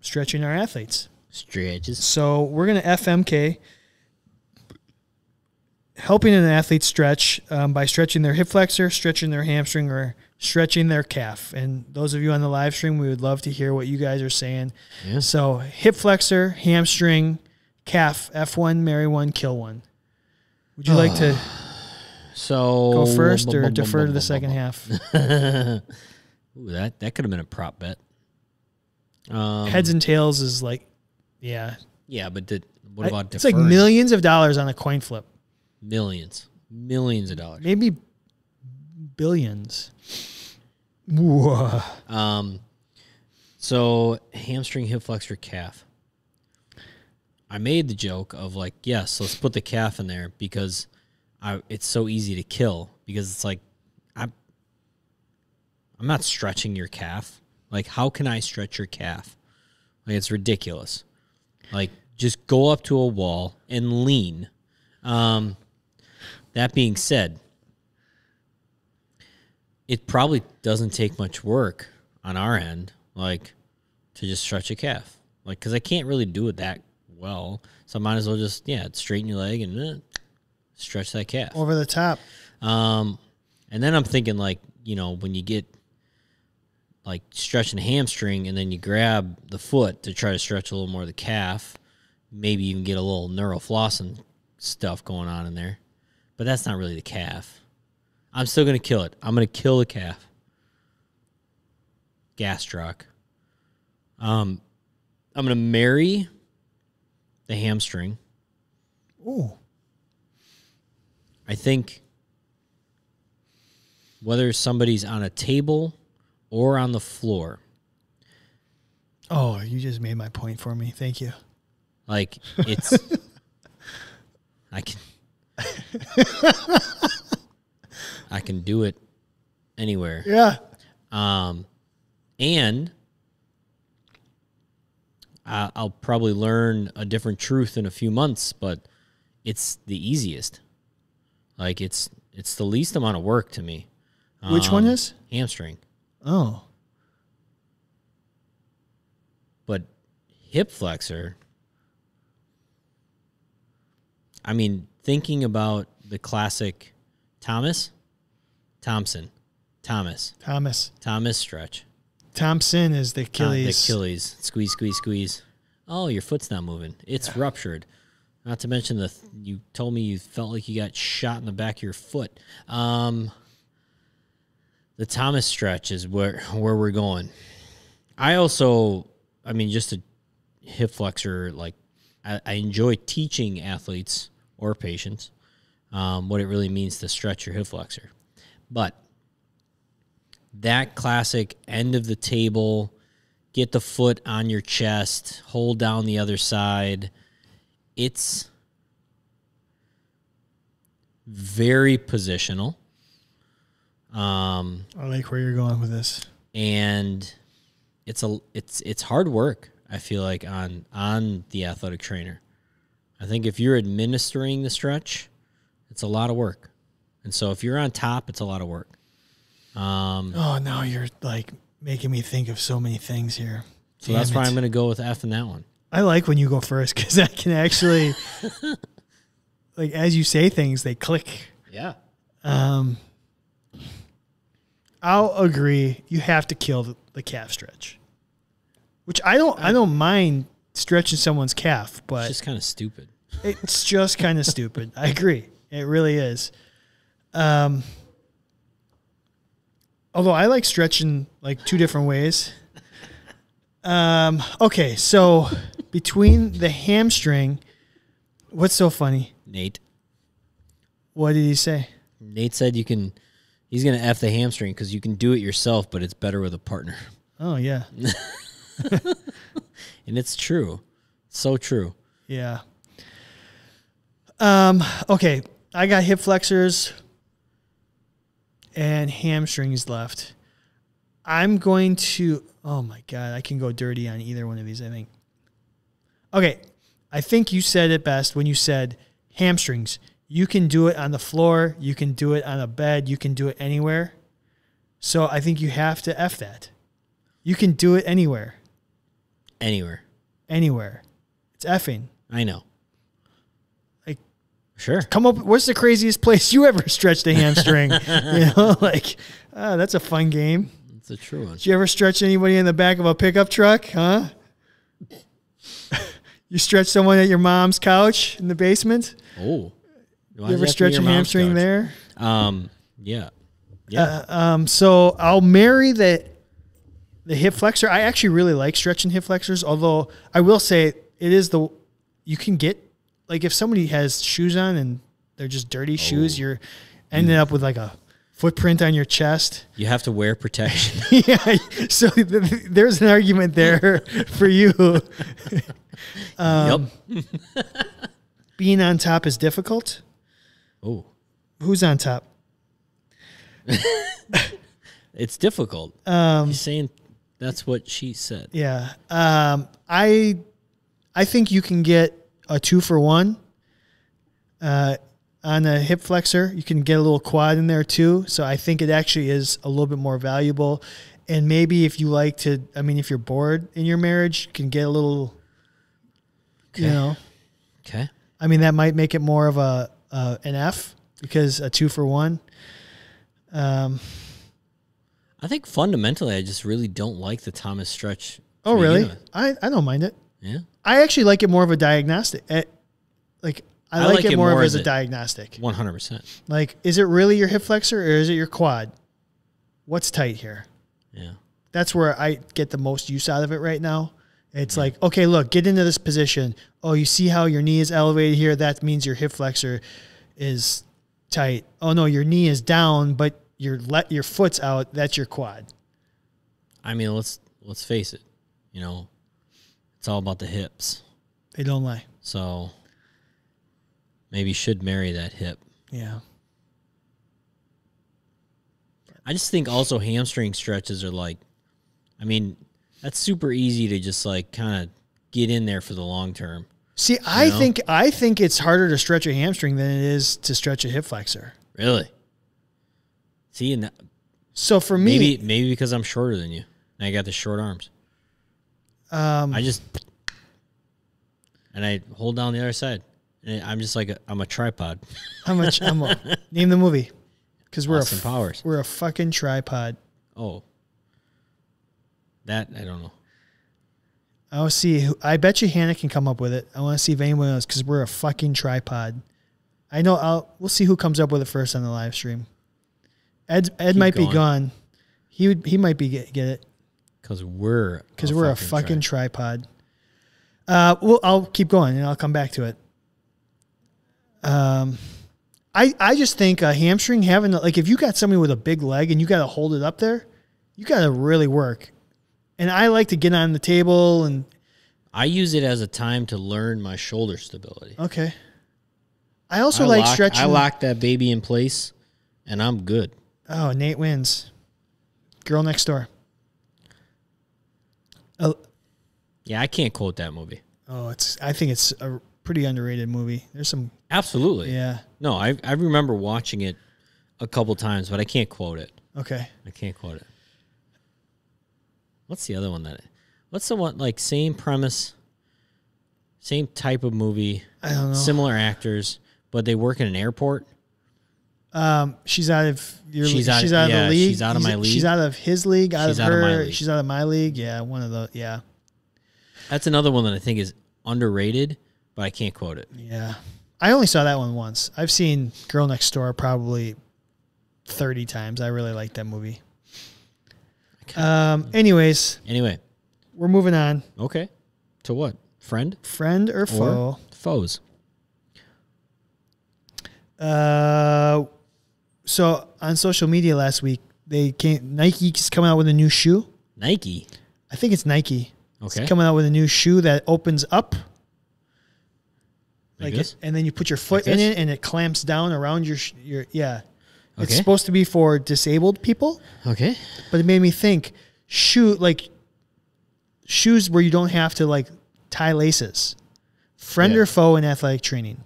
Speaker 2: stretching our athletes.
Speaker 1: Stretches.
Speaker 2: So, we're going to FMK, helping an athlete stretch um, by stretching their hip flexor, stretching their hamstring, or stretching their calf. And those of you on the live stream, we would love to hear what you guys are saying.
Speaker 1: Yeah.
Speaker 2: So, hip flexor, hamstring, calf, F1, marry one, kill one. Would you like to
Speaker 1: So
Speaker 2: go first
Speaker 1: bum,
Speaker 2: or
Speaker 1: bum,
Speaker 2: defer
Speaker 1: bum,
Speaker 2: to the
Speaker 1: bum,
Speaker 2: second
Speaker 1: bum,
Speaker 2: half?
Speaker 1: Ooh, that that could have been a prop bet. Um,
Speaker 2: Heads and tails is like, yeah.
Speaker 1: yeah, but did, what
Speaker 2: I-
Speaker 1: about
Speaker 2: it's like
Speaker 1: deferring?
Speaker 2: millions of dollars on a coin flip,
Speaker 1: millions, millions of dollars?
Speaker 2: maybe billions. Whoa.
Speaker 1: Um, so hamstring, hip flexor, calf. I made the joke of like, yes, let's put the calf in there because I it's so easy to kill because it's like I'm I'm not stretching your calf. Like, how can I stretch your calf? Like, it's ridiculous. Like, just go up to a wall and lean. Um, that being said, it probably doesn't take much work on our end, like to just stretch a calf, like because I can't really do it that well. So I might as well just yeah straighten your leg and eh, stretch that calf.
Speaker 2: Over the top.
Speaker 1: Um, and then I'm thinking like you know when you get like stretching a hamstring and then you grab the foot to try to stretch a little more of the calf, maybe you can get a little neuroflossing stuff going on in there, but that's not really the calf. I'm still gonna kill it. I'm gonna kill the calf. Gastroc. Um, I'm gonna marry the hamstring.
Speaker 2: Ooh.
Speaker 1: I think whether somebody's on a table or on the floor.
Speaker 2: Oh, you just made my point for me. Thank you.
Speaker 1: Like it's I can I can do it anywhere.
Speaker 2: Yeah.
Speaker 1: Um and I, I'll probably learn a different truth in a few months, but it's the easiest. Like it's it's the least amount of work to me.
Speaker 2: Which one is?
Speaker 1: hamstring?
Speaker 2: Um, Oh.
Speaker 1: but hip flexor i mean thinking about the classic thomas thompson thomas
Speaker 2: Thomas.
Speaker 1: thomas stretch
Speaker 2: Thompson is Ah, the
Speaker 1: Tom- Uh,
Speaker 2: Achilles.
Speaker 1: the achilles squeeze squeeze squeeze oh your foot's not moving it's ruptured not to mention the th- you told me you felt like you got shot in the back of your foot um the thomas stretch is where where we're going I also, I mean, just a hip flexor. Like, I, I enjoy teaching athletes or patients um, what it really means to stretch your hip flexor. But that classic end of the table, get the foot on your chest, hold down the other side. It's very positional. Um,
Speaker 2: I like where you're going with this.
Speaker 1: and it's a it's it's hard work. I feel like on on the athletic trainer. I think if you're administering the stretch, it's a lot of work, and so if you're on top, it's a lot of work. Um,
Speaker 2: Oh, now you're like making me think of so many things here.
Speaker 1: so that's
Speaker 2: Damn
Speaker 1: why
Speaker 2: it.
Speaker 1: I'm going to go with F in that one.
Speaker 2: I like when you go first because I can actually, like, as you say things, they click.
Speaker 1: Yeah.
Speaker 2: Um, I'll agree. You have to kill the, the calf stretch, which I don't. I don't mind stretching someone's calf,
Speaker 1: It's
Speaker 2: but
Speaker 1: just kind of stupid.
Speaker 2: it's just kind of stupid. I agree. It really is. Um, although I like stretching like two different ways. Um, okay, so between the hamstring, what's so funny?
Speaker 1: Nate
Speaker 2: What did he say?
Speaker 1: Nate said you can. He's going to F the hamstring because you can do it yourself, but it's better with a partner,
Speaker 2: Oh yeah,
Speaker 1: and it's true. So true.
Speaker 2: yeah. Um, okay, I got hip flexors and hamstrings left. I'm going to. Oh my god, I can go dirty on either one of these. I think. Okay, I think you said it best when you said hamstrings. You can do it on the floor. You can do it on a bed. You can do it anywhere. So I think you have to f that. You can do it anywhere,
Speaker 1: Anywhere,
Speaker 2: anywhere. It's effing.
Speaker 1: I know.
Speaker 2: Like-
Speaker 1: sure.
Speaker 2: come up what's the craziest place you ever stretched a hamstring you know like ah, that's a fun game
Speaker 1: It's a true one.
Speaker 2: did you ever stretch anybody in the back of a pickup truck huh you stretch someone at your mom's couch in the basement
Speaker 1: Oh, Why does it
Speaker 2: you
Speaker 1: have to
Speaker 2: ever
Speaker 1: be
Speaker 2: stretch
Speaker 1: your
Speaker 2: a
Speaker 1: mom's
Speaker 2: hamstring
Speaker 1: couch?
Speaker 2: there
Speaker 1: Um, yeah, yeah.
Speaker 2: um, so i'll marry the the hip flexor i actually really like stretching hip flexors although i will say it is the you can get like if somebody has shoes on and they're just dirty shoes you're ending up with like a footprint on your chest
Speaker 1: you have to wear protection.
Speaker 2: yeah. So th- th- there's an argument there for you. um,
Speaker 1: yep.
Speaker 2: Being on top is difficult.
Speaker 1: Oh,
Speaker 2: Who's on top?
Speaker 1: it's difficult. Um, He's saying that's what she said.
Speaker 2: Yeah. Um, I I think you can get a two for one. Uh, on a hip flexor, you can get a little quad in there too. So I think it actually is a little bit more valuable. And maybe if you like to, I mean, if you're bored in your marriage, you can get a little, you
Speaker 1: Okay.
Speaker 2: know,
Speaker 1: Okay.
Speaker 2: I mean, that might make it more of a uh, an F because a two for one. Um,
Speaker 1: I think fundamentally, I just really don't like the Thomas stretch. to
Speaker 2: oh,
Speaker 1: begin
Speaker 2: really?
Speaker 1: with.
Speaker 2: I, I don't mind it.
Speaker 1: Yeah.
Speaker 2: I actually like it more of a diagnostic. eh, like I, like, it, more, of as a
Speaker 1: a-
Speaker 2: diagnostic.
Speaker 1: One hundred percent.
Speaker 2: Like, is it really your hip flexor or is it your quad? What's tight here?
Speaker 1: Yeah.
Speaker 2: That's where I get the most use out of it right now. It's like, okay, look, get into this position. Oh, you see how your knee is elevated here? That means your hip flexor is tight. Oh no, your knee is down, but your let your foot's out, that's your quad.
Speaker 1: I mean, let's let's face it. You know, it's all about the hips.
Speaker 2: They don't lie.
Speaker 1: So maybe you should marry that hip.
Speaker 2: Yeah.
Speaker 1: I just think also hamstring stretches are like, I mean, that's super easy to just like kind of get in there for the long term.
Speaker 2: See, I
Speaker 1: know?
Speaker 2: think I think it's harder to stretch a hamstring than it is to stretch a hip flexor.
Speaker 1: Really? See, and that,
Speaker 2: So for me,
Speaker 1: maybe maybe because I'm shorter than you and I got the short arms.
Speaker 2: um,
Speaker 1: I just and I hold down the other side, and I'm just like a, I'm a tripod.
Speaker 2: how much? I'm a, name the movie because we're
Speaker 1: Austin
Speaker 2: a f-
Speaker 1: Powers.
Speaker 2: we're a fucking tripod.
Speaker 1: Oh, that I don't know.
Speaker 2: I want to see. Who, I bet you Hannah can come up with it. I want to see if anyone else because we're a fucking tripod. I know. I'll. We'll see who comes up with it first on the live stream. Ed. Ed
Speaker 1: Keep
Speaker 2: might be
Speaker 1: going.
Speaker 2: gone. He would. He might be get, get it
Speaker 1: Cause we're
Speaker 2: because we're a fucking tripod. Uh. Well, I'll keep going and I'll come back to it. Um. I, I just think a hamstring having like if you got somebody with a big leg and you got to hold it up there, you got to really work. And I like to get on the table and
Speaker 1: tri- I use it as a time to learn my shoulder stability.
Speaker 2: Okay. I also
Speaker 1: I
Speaker 2: like
Speaker 1: lock,
Speaker 2: stretching.
Speaker 1: I lock that baby in place, and I'm good.
Speaker 2: Oh, Nate wins. Girl next door. Oh,
Speaker 1: Yeah, I can't quote that movie.
Speaker 2: oh, it's. I think it's a pretty underrated movie. There's some.
Speaker 1: Absolutely.
Speaker 2: Yeah.
Speaker 1: No, I I remember watching it a couple times, but I can't quote it.
Speaker 2: Okay.
Speaker 1: I can't quote it. What's the other one that? What's the one like same premise, same type of movie,
Speaker 2: I don't know.
Speaker 1: similar actors, but they work in an airport?
Speaker 2: um, she's out of your.
Speaker 1: She's
Speaker 2: She's
Speaker 1: out-
Speaker 2: out, she's out
Speaker 1: yeah,
Speaker 2: of the league.
Speaker 1: she's out of
Speaker 2: He's-
Speaker 1: my league.
Speaker 2: She's out of his league. Out
Speaker 1: She's
Speaker 2: of
Speaker 1: out of
Speaker 2: her.
Speaker 1: my league.
Speaker 2: She's out of my league. Yeah, one of the. Yeah,
Speaker 1: That's another one that I think is underrated, but I can't quote it.
Speaker 2: yeah. I only saw that one once. I've seen Girl Next Door probably thirty times. I really like that movie. Um. Anyways,
Speaker 1: Anyway,
Speaker 2: we're moving on.
Speaker 1: okay. To what? Friend
Speaker 2: Friend or
Speaker 1: or
Speaker 2: foe?
Speaker 1: foes?
Speaker 2: Uh, so on social media last week, they came. Nike's coming out with a new shoe.
Speaker 1: Nike.
Speaker 2: I think it's Nike. It's
Speaker 1: Okay.
Speaker 2: coming out with a new shoe that opens up,
Speaker 1: Like
Speaker 2: it-
Speaker 1: this?
Speaker 2: and then you put your foot
Speaker 1: Like
Speaker 2: in
Speaker 1: this?
Speaker 2: it, and it clamps down around your sh- your yeah. It's
Speaker 1: Okay.
Speaker 2: supposed to be for disabled people,
Speaker 1: Okay.
Speaker 2: but it made me think shoe like shoes where you don't have to like tie laces. Friend
Speaker 1: Yeah.
Speaker 2: or foe in athletic training?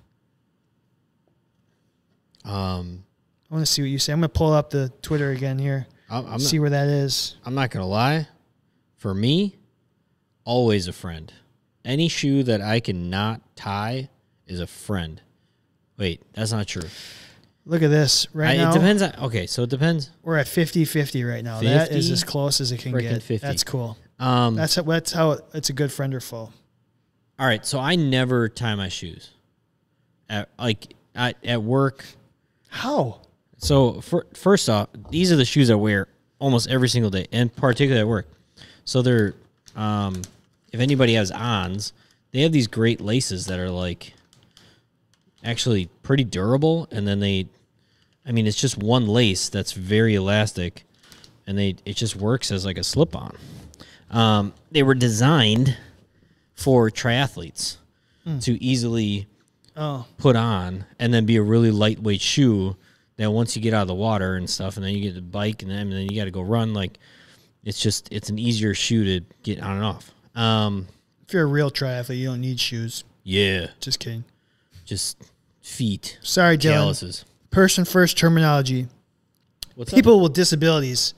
Speaker 1: Um,
Speaker 2: I want to see what you say. I'm gonna pull up the Twitter again here.
Speaker 1: I'm, I'm
Speaker 2: see where that is.
Speaker 1: I'm not gonna lie. For me, always a friend. Any shoe that I can not tie is a friend. Wait, that's not true.
Speaker 2: Look at this right
Speaker 1: I,
Speaker 2: now.
Speaker 1: it depends on. Okay, so it depends.
Speaker 2: We're at 50-50 right now. That
Speaker 1: 50?
Speaker 2: is as close as it can
Speaker 1: Frickin'
Speaker 2: get.
Speaker 1: 50.
Speaker 2: That's cool.
Speaker 1: Um,
Speaker 2: That's how, that's how it- it's a good friend or foe.
Speaker 1: all right, so I never tie my shoes. At, like I, at work.
Speaker 2: How?
Speaker 1: So for, first off, these are the shoes I wear almost every single day, and particularly at work. So they're, um, if anybody has ons, they have these great laces that are like actually pretty durable, and then they, I mean, it's just one lace that's very elastic, and they it just works as like a slip on. Um, they were designed for triathletes to easily
Speaker 2: Oh,
Speaker 1: put on and then be a really lightweight shoe that once you get out of the water and stuff and then you get the bike and then, and then you got to go run like it's just it's an easier shoe to get on and off um
Speaker 2: if you're a real triathlete, you don't need shoes.
Speaker 1: yeah
Speaker 2: Just kidding.
Speaker 1: just feet
Speaker 2: Sorry, Dylan.
Speaker 1: calluses
Speaker 2: Person first terminology.
Speaker 1: what's up?
Speaker 2: People with disabilities.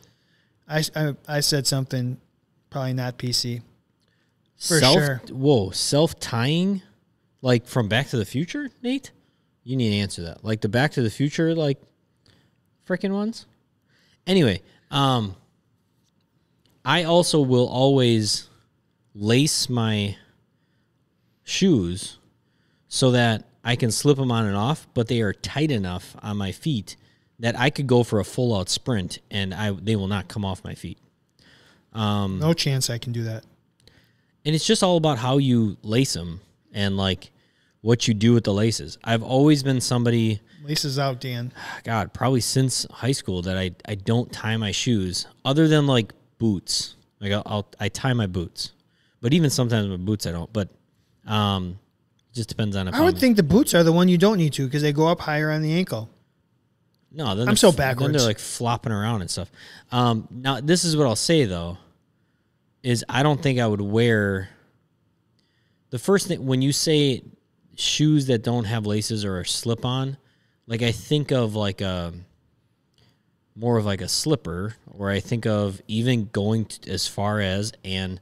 Speaker 2: I, I, I said something probably not PC. for
Speaker 1: self
Speaker 2: sure.
Speaker 1: whoa self tying like from back to the future nate you need to answer that like the back to the future like freaking ones anyway um i also will always lace my shoes so that i can slip them on and off but they are tight enough on my feet that i could go for a full out sprint and i they will not come off my feet Hmm.
Speaker 2: No chance I can do that.
Speaker 1: and it's just all about how you lace them and like what you do with the laces. I've always been somebody,
Speaker 2: Lisa's out, Dan.
Speaker 1: God, probably since high school that I, I don't tie my shoes other than like boots. Like I'll, I'll I tie my boots, but even sometimes with boots I don't. But um, just depends on if
Speaker 2: I would
Speaker 1: I'm-
Speaker 2: think the boots are the one you don't need to because they go up higher on the ankle.
Speaker 1: No, then
Speaker 2: I'm
Speaker 1: they're-
Speaker 2: so
Speaker 1: Then
Speaker 2: backwards.
Speaker 1: they're like flopping around and stuff. Um, now this is what I'll say though, is I don't think I would wear. The first thing when you say shoes that don't have laces or are slip on, like I think of like a more of like a slipper, or I think of even going t as far as and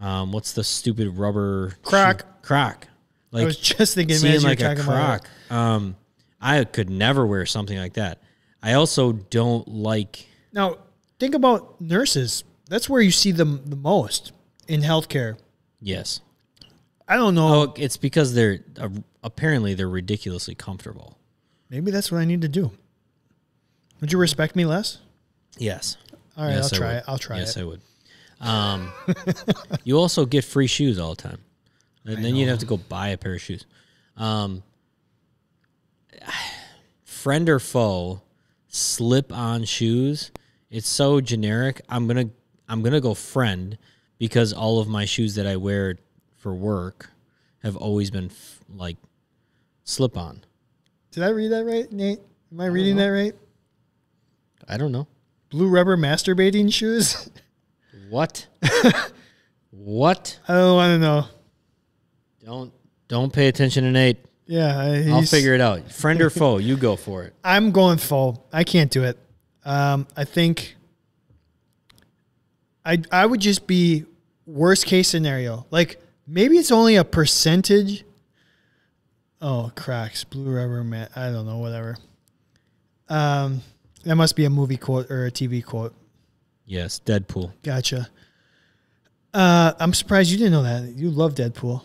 Speaker 1: um, what's the stupid rubber shoe-
Speaker 2: Croc.
Speaker 1: croc. Like
Speaker 2: I was just thinking, man,
Speaker 1: seeing
Speaker 2: as you were
Speaker 1: like a
Speaker 2: talking about
Speaker 1: croc. Um, I could never wear something like that. I also don't like.
Speaker 2: it. Now, think about nurses. That's where you see them the most in healthcare.
Speaker 1: Yes.
Speaker 2: I don't know.
Speaker 1: Oh, it's because they're uh, apparently they're ridiculously comfortable.
Speaker 2: Maybe that's what I need to do. Would you respect me less?
Speaker 1: Yes.
Speaker 2: All right,
Speaker 1: yes,
Speaker 2: I'll
Speaker 1: I
Speaker 2: try
Speaker 1: would.
Speaker 2: it. I'll try
Speaker 1: yes,
Speaker 2: it.
Speaker 1: I would. Um, you also get free shoes all the time, and then you'd have to go buy a pair of shoes. Um, friend or foe, slip-on shoes. It's so generic. I'm gonna I'm gonna go friend because all of my shoes that I wear for work have always been f- like slip-on.
Speaker 2: Did I read that right, Nate? Am I reading that right?
Speaker 1: I don't know
Speaker 2: Blue rubber masturbating shoes?
Speaker 1: what what
Speaker 2: I don't want to know.
Speaker 1: don't don't pay attention to Nate.
Speaker 2: Yeah, I-
Speaker 1: I'll
Speaker 2: he's-
Speaker 1: figure it out. Friend or foe, you go for it.
Speaker 2: I'm going full. I can't do it. Um, I think I I would just be worst case scenario. Like maybe it's only a percentage. Oh, cracks, blue rubber mat. I don't know, whatever. Um, that must be a movie quote or a TV quote.
Speaker 1: Yes, Deadpool.
Speaker 2: Gotcha. Uh, I'm surprised you didn't know that. You love Deadpool.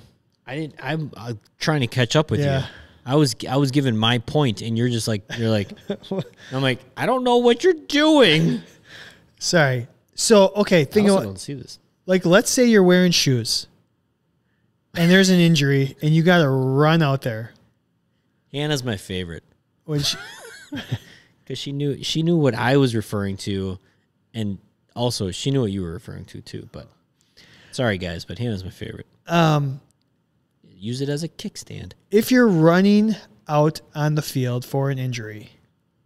Speaker 1: I didn't. I'm, uh trying to catch up with
Speaker 2: Yeah.
Speaker 1: you. I was I was given my point, and you're just like you're like. I'm like I don't know what you're doing.
Speaker 2: Sorry. So okay,
Speaker 1: I
Speaker 2: think
Speaker 1: also
Speaker 2: about
Speaker 1: don't see this.
Speaker 2: like let's say you're wearing shoes and there's an injury and you got to run out there
Speaker 1: Hannah's my favorite
Speaker 2: which
Speaker 1: because she knew she knew what I was referring to, and also she knew what you were referring to too. But sorry guys, but Hannah's my favorite.
Speaker 2: um,
Speaker 1: Use it as a kickstand.
Speaker 2: if you're running out on the field for an injury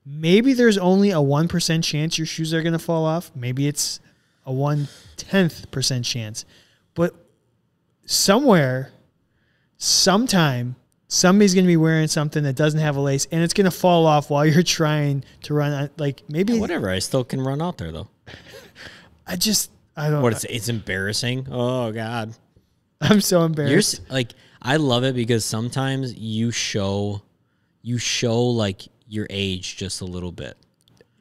Speaker 2: maybe there's only a 1% chance your shoes are going to fall off maybe it's a 1 tenth percent chance but somewhere sometime somebody's going to be wearing something that doesn't have a lace and it's going to fall off while you're trying to run on, like maybe
Speaker 1: Whatever. I still can run out there though.
Speaker 2: i just i don't
Speaker 1: What it's it's embarrassing. Oh God.
Speaker 2: i'm so embarrassed
Speaker 1: You're s- like I love it because sometimes you show you show like your age just a little bit.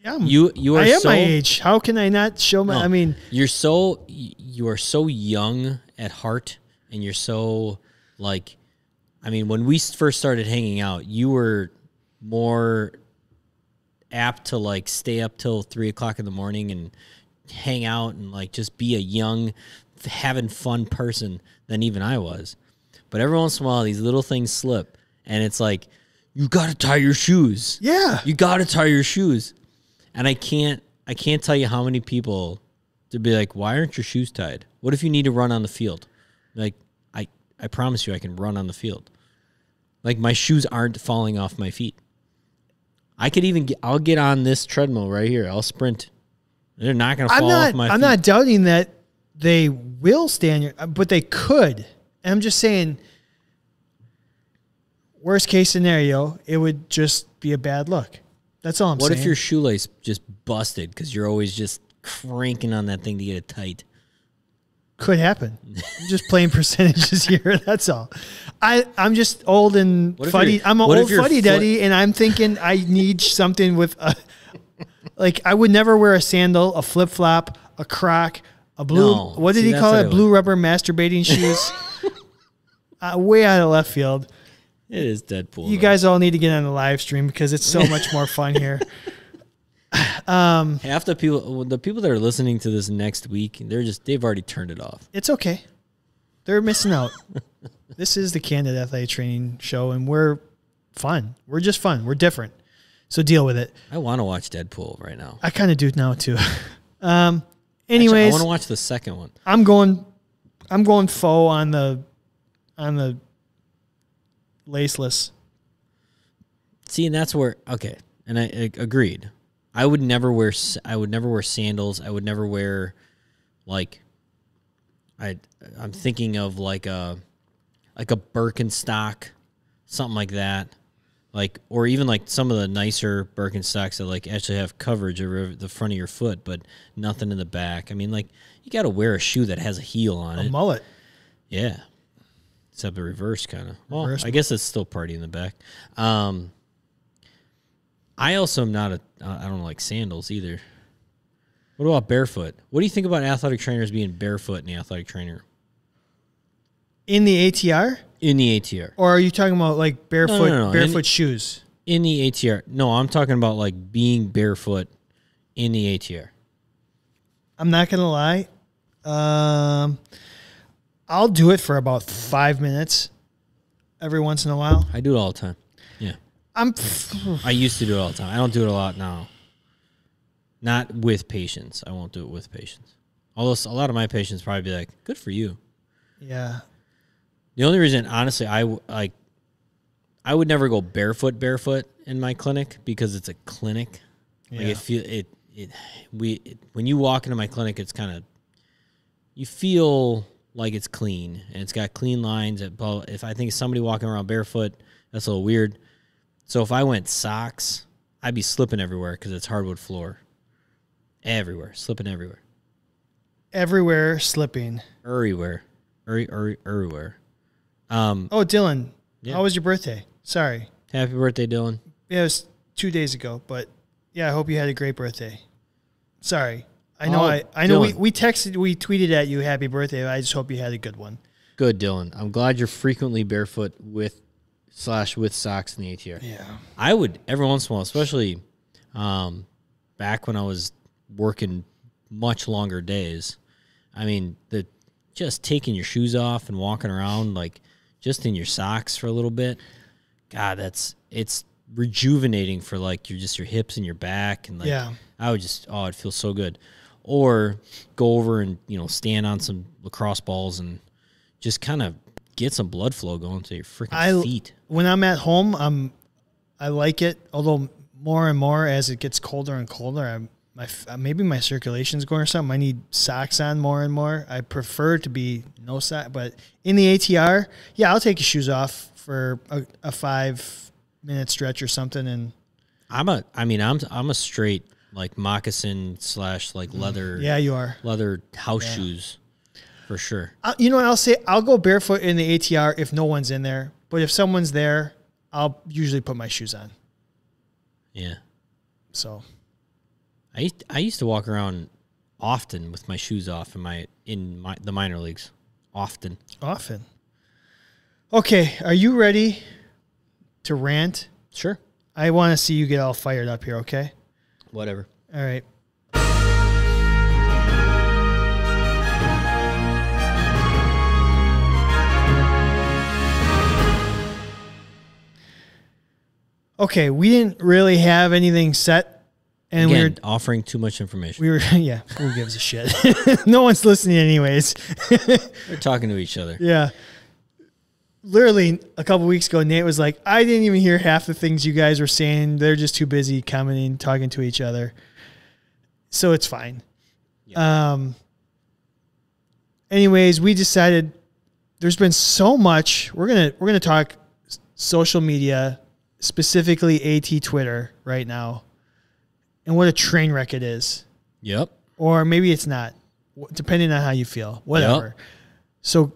Speaker 2: Yeah, I'm-
Speaker 1: You you are
Speaker 2: I am
Speaker 1: so,
Speaker 2: my age. How can I not show my?
Speaker 1: no,
Speaker 2: I mean,
Speaker 1: you're so y- you are so young at heart and you're so like I mean when we s- first started hanging out, you were more apt to like stay up till three o'clock in the morning and hang out and like just be a young, f- having fun person than even I was. But every once in a while, these little things slip, and it's like, you gotta tie your shoes.
Speaker 2: yeah,
Speaker 1: You gotta tie your shoes. And I can't, I can't tell you how many people to be like, why aren't your shoes tied? What if you need to run on the field? Like, I, I promise you, I can run on the field. Like my shoes aren't falling off my feet. I could even get, I'll get on this treadmill right here. I'll sprint. They're not gonna fall
Speaker 2: I'm
Speaker 1: off
Speaker 2: not.
Speaker 1: my
Speaker 2: I'm
Speaker 1: feet.
Speaker 2: not doubting that they will stand your, but they could. And I'm just saying, worst case scenario, it would just be a bad look. That's all I'm
Speaker 1: What
Speaker 2: saying.
Speaker 1: if your shoelace just busted because you're always just cranking on that thing to get it tight?
Speaker 2: could happen? I'm just playing percentages here. That's all. I I'm just old and
Speaker 1: What if
Speaker 2: fuddy.
Speaker 1: your-
Speaker 2: I'm an
Speaker 1: what if
Speaker 2: old
Speaker 1: your
Speaker 2: fuddy duddy, and I'm thinking I need something with a. Like I would never wear a sandal, a flip flop, a croc, a blue.
Speaker 1: No.
Speaker 2: what did
Speaker 1: See,
Speaker 2: he
Speaker 1: that's
Speaker 2: call
Speaker 1: what I
Speaker 2: it?
Speaker 1: would-
Speaker 2: Blue rubber masturbating shoes. uh, way out of left field.
Speaker 1: It is Deadpool.
Speaker 2: You
Speaker 1: though.
Speaker 2: guys all need to get on the live stream because it's so much more fun here.
Speaker 1: half the people, the people that are listening to this next week, they're just they've already turned it off.
Speaker 2: It's okay. They're missing out. This is the Candid Athletic Training Show, and we're fun. We're just fun. We're different. So deal with it.
Speaker 1: I want to watch Deadpool right now.
Speaker 2: I kind of do now too. um,
Speaker 1: Actually, I
Speaker 2: anyways,
Speaker 1: want to watch the second one.
Speaker 2: I'm going, I'm going faux on the, on the laceless.
Speaker 1: See, and that's where okay, and I, I agreed. I would never wear s- I would never wear sandals. I would never wear like I I'm thinking of like a like a Birkenstock, something like that. Like or even like some of the nicer Birkenstocks that like actually have coverage over the front of your foot, but nothing in the back. I mean, like you got to wear a shoe that has a heel on it.
Speaker 2: mullet.
Speaker 1: Yeah. Except the reverse kind of. Well,
Speaker 2: Reverse.
Speaker 1: I guess it's still party in the back. Um, I also am not a. I I don't like sandals either. What about barefoot? What do you think about athletic trainers being barefoot in the athletic trainer
Speaker 2: In the ATR?
Speaker 1: in the ATR?
Speaker 2: Or are you talking about like barefoot
Speaker 1: no, no.
Speaker 2: barefoot
Speaker 1: Any-
Speaker 2: shoes?
Speaker 1: In the ATR? No, I'm talking about like being barefoot in the ATR.
Speaker 2: I'm not gonna lie. Um I'll do it for about five minutes every once in a while.
Speaker 1: I do it all the time. Yeah,
Speaker 2: I'm
Speaker 1: I used to do it all the time. I don't do it a lot now. Not with patients. I won't do it with patients. Although s- a lot of my patients probably be like, "Good for you."
Speaker 2: yeah.
Speaker 1: The only reason, honestly, I w- like, I would never go barefoot, barefoot in my clinic because it's a clinic. Like
Speaker 2: Yeah.
Speaker 1: it feel it, it we it, when you walk into my clinic, it's kind of you feel like it's clean and it's got clean lines. At blah, if I think somebody walking around barefoot, that's a little weird. So if I went socks, I'd be slipping everywhere because it's hardwood floor, everywhere, slipping everywhere,
Speaker 2: Everywhere slipping.
Speaker 1: everywhere, every, every, everywhere. Um,
Speaker 2: Oh Dylan,
Speaker 1: Yeah.
Speaker 2: how was your birthday? Sorry.
Speaker 1: happy birthday, Dylan.
Speaker 2: Yeah, it was two days ago, but yeah, I hope you had a great birthday. Sorry. I know
Speaker 1: Oh,
Speaker 2: I, I know we,
Speaker 1: Dylan.
Speaker 2: we texted we tweeted at you happy birthday. I just hope you had a good one.
Speaker 1: Good, Dylan. I'm glad you're frequently barefoot with slash with socks in the ATR.
Speaker 2: Yeah.
Speaker 1: I would every once in a while, especially um, back when I was working much longer days. I mean, the just taking your shoes off and walking around like just in your socks for a little bit. God, that's it's rejuvenating for like your just your hips and your back and like
Speaker 2: Yeah.
Speaker 1: I would just oh it feels so good. Or go over and you know stand on some lacrosse balls and just kind of get some blood flow going to your freaking
Speaker 2: I-
Speaker 1: feet.
Speaker 2: when I'm at home, I'm I like it. Although more and more as it gets colder and colder, I'm my f- uh, maybe my circulation's going or something. I need socks on more and more. I prefer to be no sock, but in the ATR, yeah, I'll take your shoes off for a, a five minute stretch or something. And
Speaker 1: I'm a. I mean, I'm I'm a straight like moccasin slash like leather
Speaker 2: Mm-hmm. yeah, you are.
Speaker 1: leather house shoes for sure.
Speaker 2: I, you know what I'll say? I'll go barefoot in the ATR if no one's in there, but if someone's there, I'll usually put my shoes on.
Speaker 1: Yeah,
Speaker 2: So
Speaker 1: I used, I used to walk around often with my shoes off in my in my the minor leagues often.
Speaker 2: Often. Okay, are you ready to rant?
Speaker 1: Sure,
Speaker 2: I want to see you get all fired up here, okay?
Speaker 1: whatever.
Speaker 2: All right. Okay, we didn't really have anything set and we
Speaker 1: Again,
Speaker 2: were
Speaker 1: offering too much information.
Speaker 2: we were yeah, who gives a shit? no one's listening anyways.
Speaker 1: We're talking to each other.
Speaker 2: Yeah. Literally a couple weeks ago, Nate was like, I didn't even hear half the things you guys were saying. They're just too busy commenting, talking to each other. So it's fine. Um, anyways, we decided there's been so much. We're gonna we're gonna talk s- social media, specifically AT Twitter right now, and what a train wreck it is
Speaker 1: Yep.
Speaker 2: or maybe it's not, w- depending on how you feel. Whatever. So,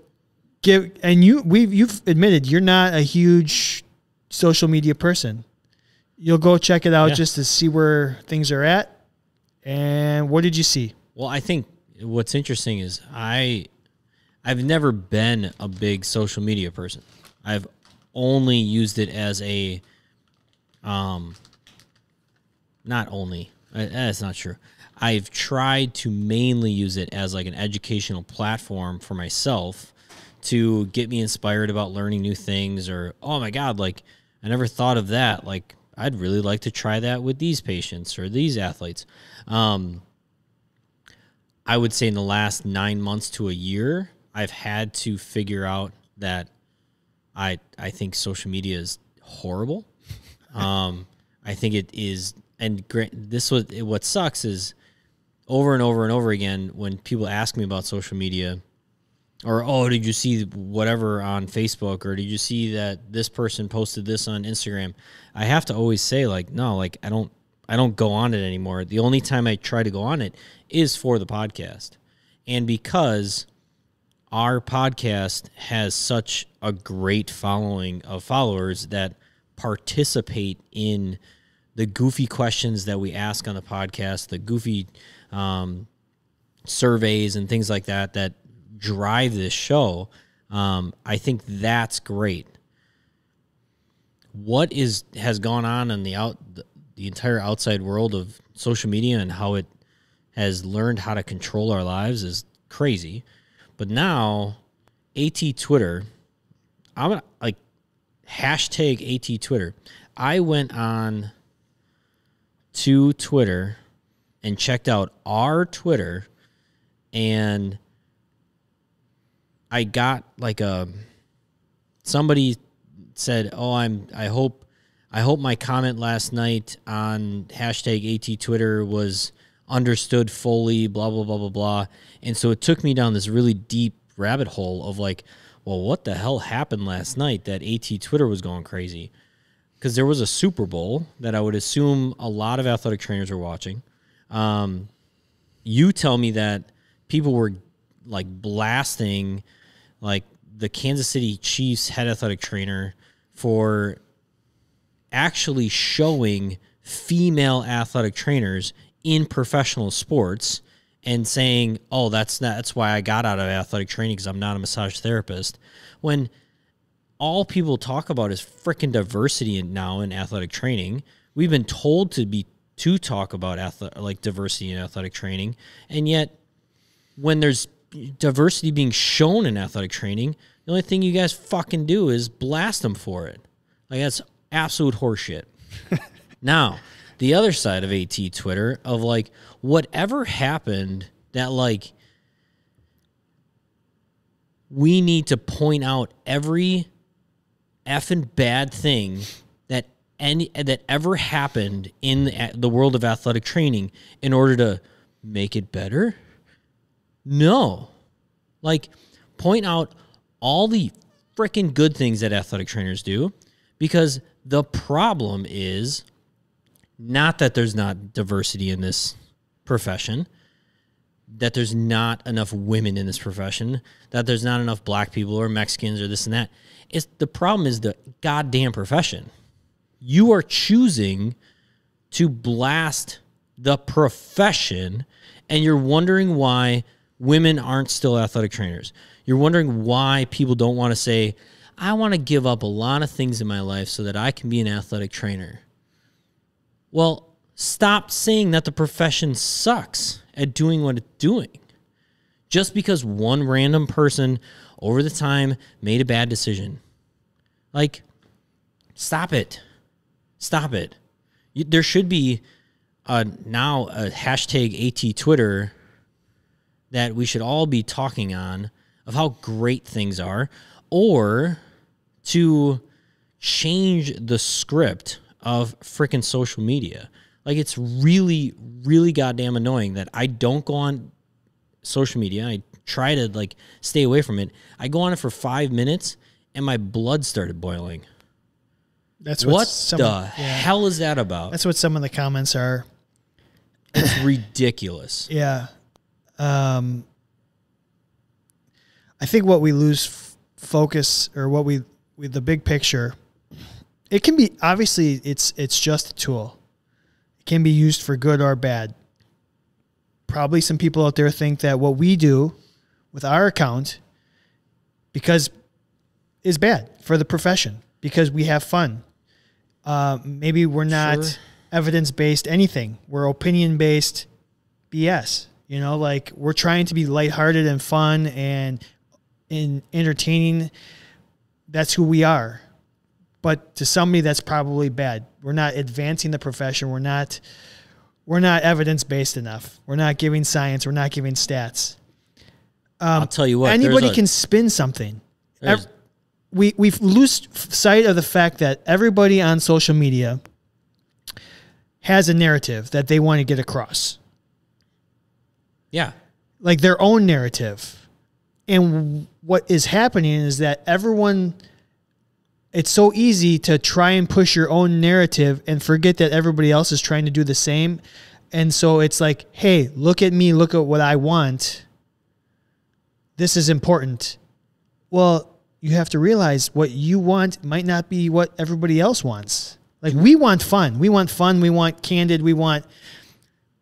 Speaker 2: give and you we have you've admitted you're not a huge social media person. You'll go check it out
Speaker 1: Yeah.
Speaker 2: just to see where things are at. And what did you see?
Speaker 1: Well, I think what's interesting is I I've never been a big social media person. I've only used it as a um not only uh, that's not true. I've tried to mainly use it as like an educational platform for myself to get me inspired about learning new things or oh my god like i never thought of that like i'd really like to try that with these patients or these athletes um, i would say in the last nine months to a year i've had to figure out that i i think social media is horrible um, i think it is and gra- this was what sucks is over and over and over again when people ask me about social media or oh did you see whatever on facebook or did you see that this person posted this on instagram i have to always say like no like i don't i don't go on it anymore the only time i try to go on it is for the podcast and because our podcast has such a great following of followers that participate in the goofy questions that we ask on the podcast the goofy um, surveys and things like that that drive this show, um, I think that's great. What is has gone on in the out the entire outside world of social media and how it has learned how to control our lives is crazy. But now, AT Twitter, I'm gonna, like hashtag AT Twitter. I went on to Twitter and checked out our Twitter and I got like a somebody said, "Oh, I'm I hope I hope my comment last night on hashtag AT Twitter was understood fully." Blah blah blah blah blah. And so it took me down this really deep rabbit hole of like, well, what the hell happened last night that AT Twitter was going crazy? Because there was a Super Bowl that I would assume a lot of athletic trainers were watching. Um, you tell me that people were like blasting like the Kansas City Chiefs head athletic trainer for actually showing female athletic trainers in professional sports and saying, "Oh, that's not, that's why I got out of athletic training because I'm not a massage therapist." When all people talk about is freaking diversity in, now in athletic training. We've been told to be to talk about athlete, like diversity in athletic training, and yet when there's diversity being shown in athletic training, the only thing you guys fucking do is blast them for it. Like that's absolute horseshit. now, the other side of AT Twitter of like whatever happened that like we need to point out every effing bad thing that any that ever happened in the, the world of athletic training in order to make it better. No. Like, point out all the freaking good things that athletic trainers do because the problem is not that there's not diversity in this profession, that there's not enough women in this profession, that there's not enough black people or Mexicans or this and that. It's the problem is the goddamn profession. You are choosing to blast the profession and you're wondering why women aren't still athletic trainers. You're wondering why people don't want to say, I want to give up a lot of things in my life so that I can be an athletic trainer. Well, stop saying that the profession sucks at doing what it's doing. Just because one random person over the time made a bad decision. Like, stop it. Stop it. You- There should be uh, now a hashtag AT Twitter that we should all be talking on of how great things are, or to change the script of freaking social media. Like it's really, really goddamn annoying that I don't go on social media. I try to like stay away from it. I go on it for five minutes and my blood started boiling.
Speaker 2: That's
Speaker 1: What
Speaker 2: some-
Speaker 1: the
Speaker 2: yeah.
Speaker 1: hell is that about?
Speaker 2: That's what some of the comments are.
Speaker 1: It's ridiculous.
Speaker 2: Yeah. Um, I think what we lose f- focus or what we with the big picture, it can be obviously it's it's just a tool. It can be used for good or bad. Probably some people out there think that what we do with our account because is bad for the profession because we have fun. Uh, maybe we're not
Speaker 1: Sure.
Speaker 2: evidence based anything. We're opinion based. BS. You know, like we're trying to be lighthearted and fun and and entertaining. That's who we are. But to somebody, that's probably bad. We're not advancing the profession. We're not. We're not evidence based enough. We're not giving science. We're not giving stats.
Speaker 1: I'll tell you what. there's
Speaker 2: Um, Anybody
Speaker 1: a-
Speaker 2: can spin something.
Speaker 1: there's-
Speaker 2: Ev- we we've lost sight of the fact that everybody on social media has a narrative that they want to get across,
Speaker 1: yeah.
Speaker 2: like their own narrative. And what is happening is that everyone it's so easy to try and push your own narrative and forget that everybody else is trying to do the same. And so it's like, hey, look at me, look at what I want. This is important. Well, you have to realize what you want might not be what everybody else wants. Like, we want fun. We want fun. We want candid. We want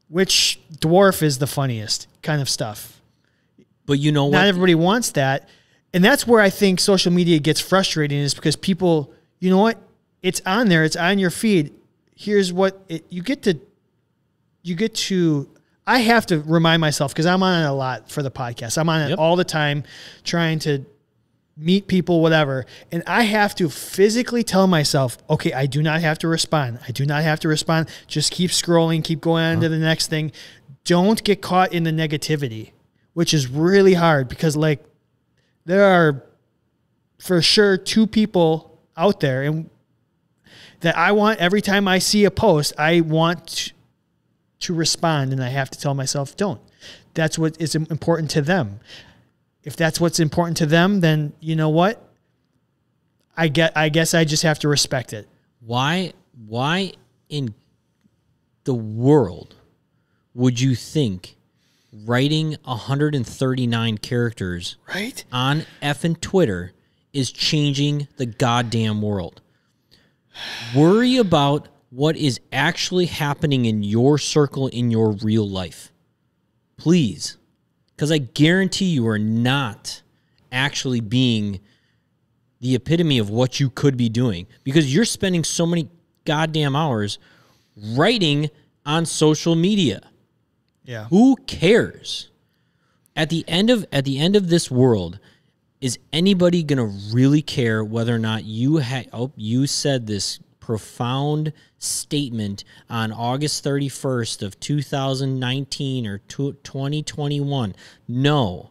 Speaker 2: which dwarf is the funniest kind of stuff
Speaker 1: But you know what?
Speaker 2: not everybody wants that and that's where i think social media gets frustrating is because people you know what it's on there it's on your feed here's what it, you get to you get to i have to remind myself because i'm on it a lot for the podcast i'm on it
Speaker 1: Yep.
Speaker 2: all the time trying to meet people whatever and i have to physically tell myself okay i do not have to respond i do not have to respond just keep scrolling keep going on to the next thing don't get caught in the negativity which is really hard because like there are for sure two people out there and that I want every time I see a post, I want to respond and I have to tell myself don't. That's what is im- important to them. If that's what's important to them, then you know what? I get I guess I just have to respect it.
Speaker 1: why why in the world would you think writing 139 characters
Speaker 2: Right?
Speaker 1: on effing Twitter is changing the goddamn world. Worry about what is actually happening in your circle in your real life. Please. Because I guarantee you are not actually being the epitome of what you could be doing because you're spending so many goddamn hours writing on social media.
Speaker 2: Yeah.
Speaker 1: Who cares? At the end of at the end of this world, is anybody gonna really care whether or not you had oh you said this profound statement on August 31st of 2019 or tw- 2021? No.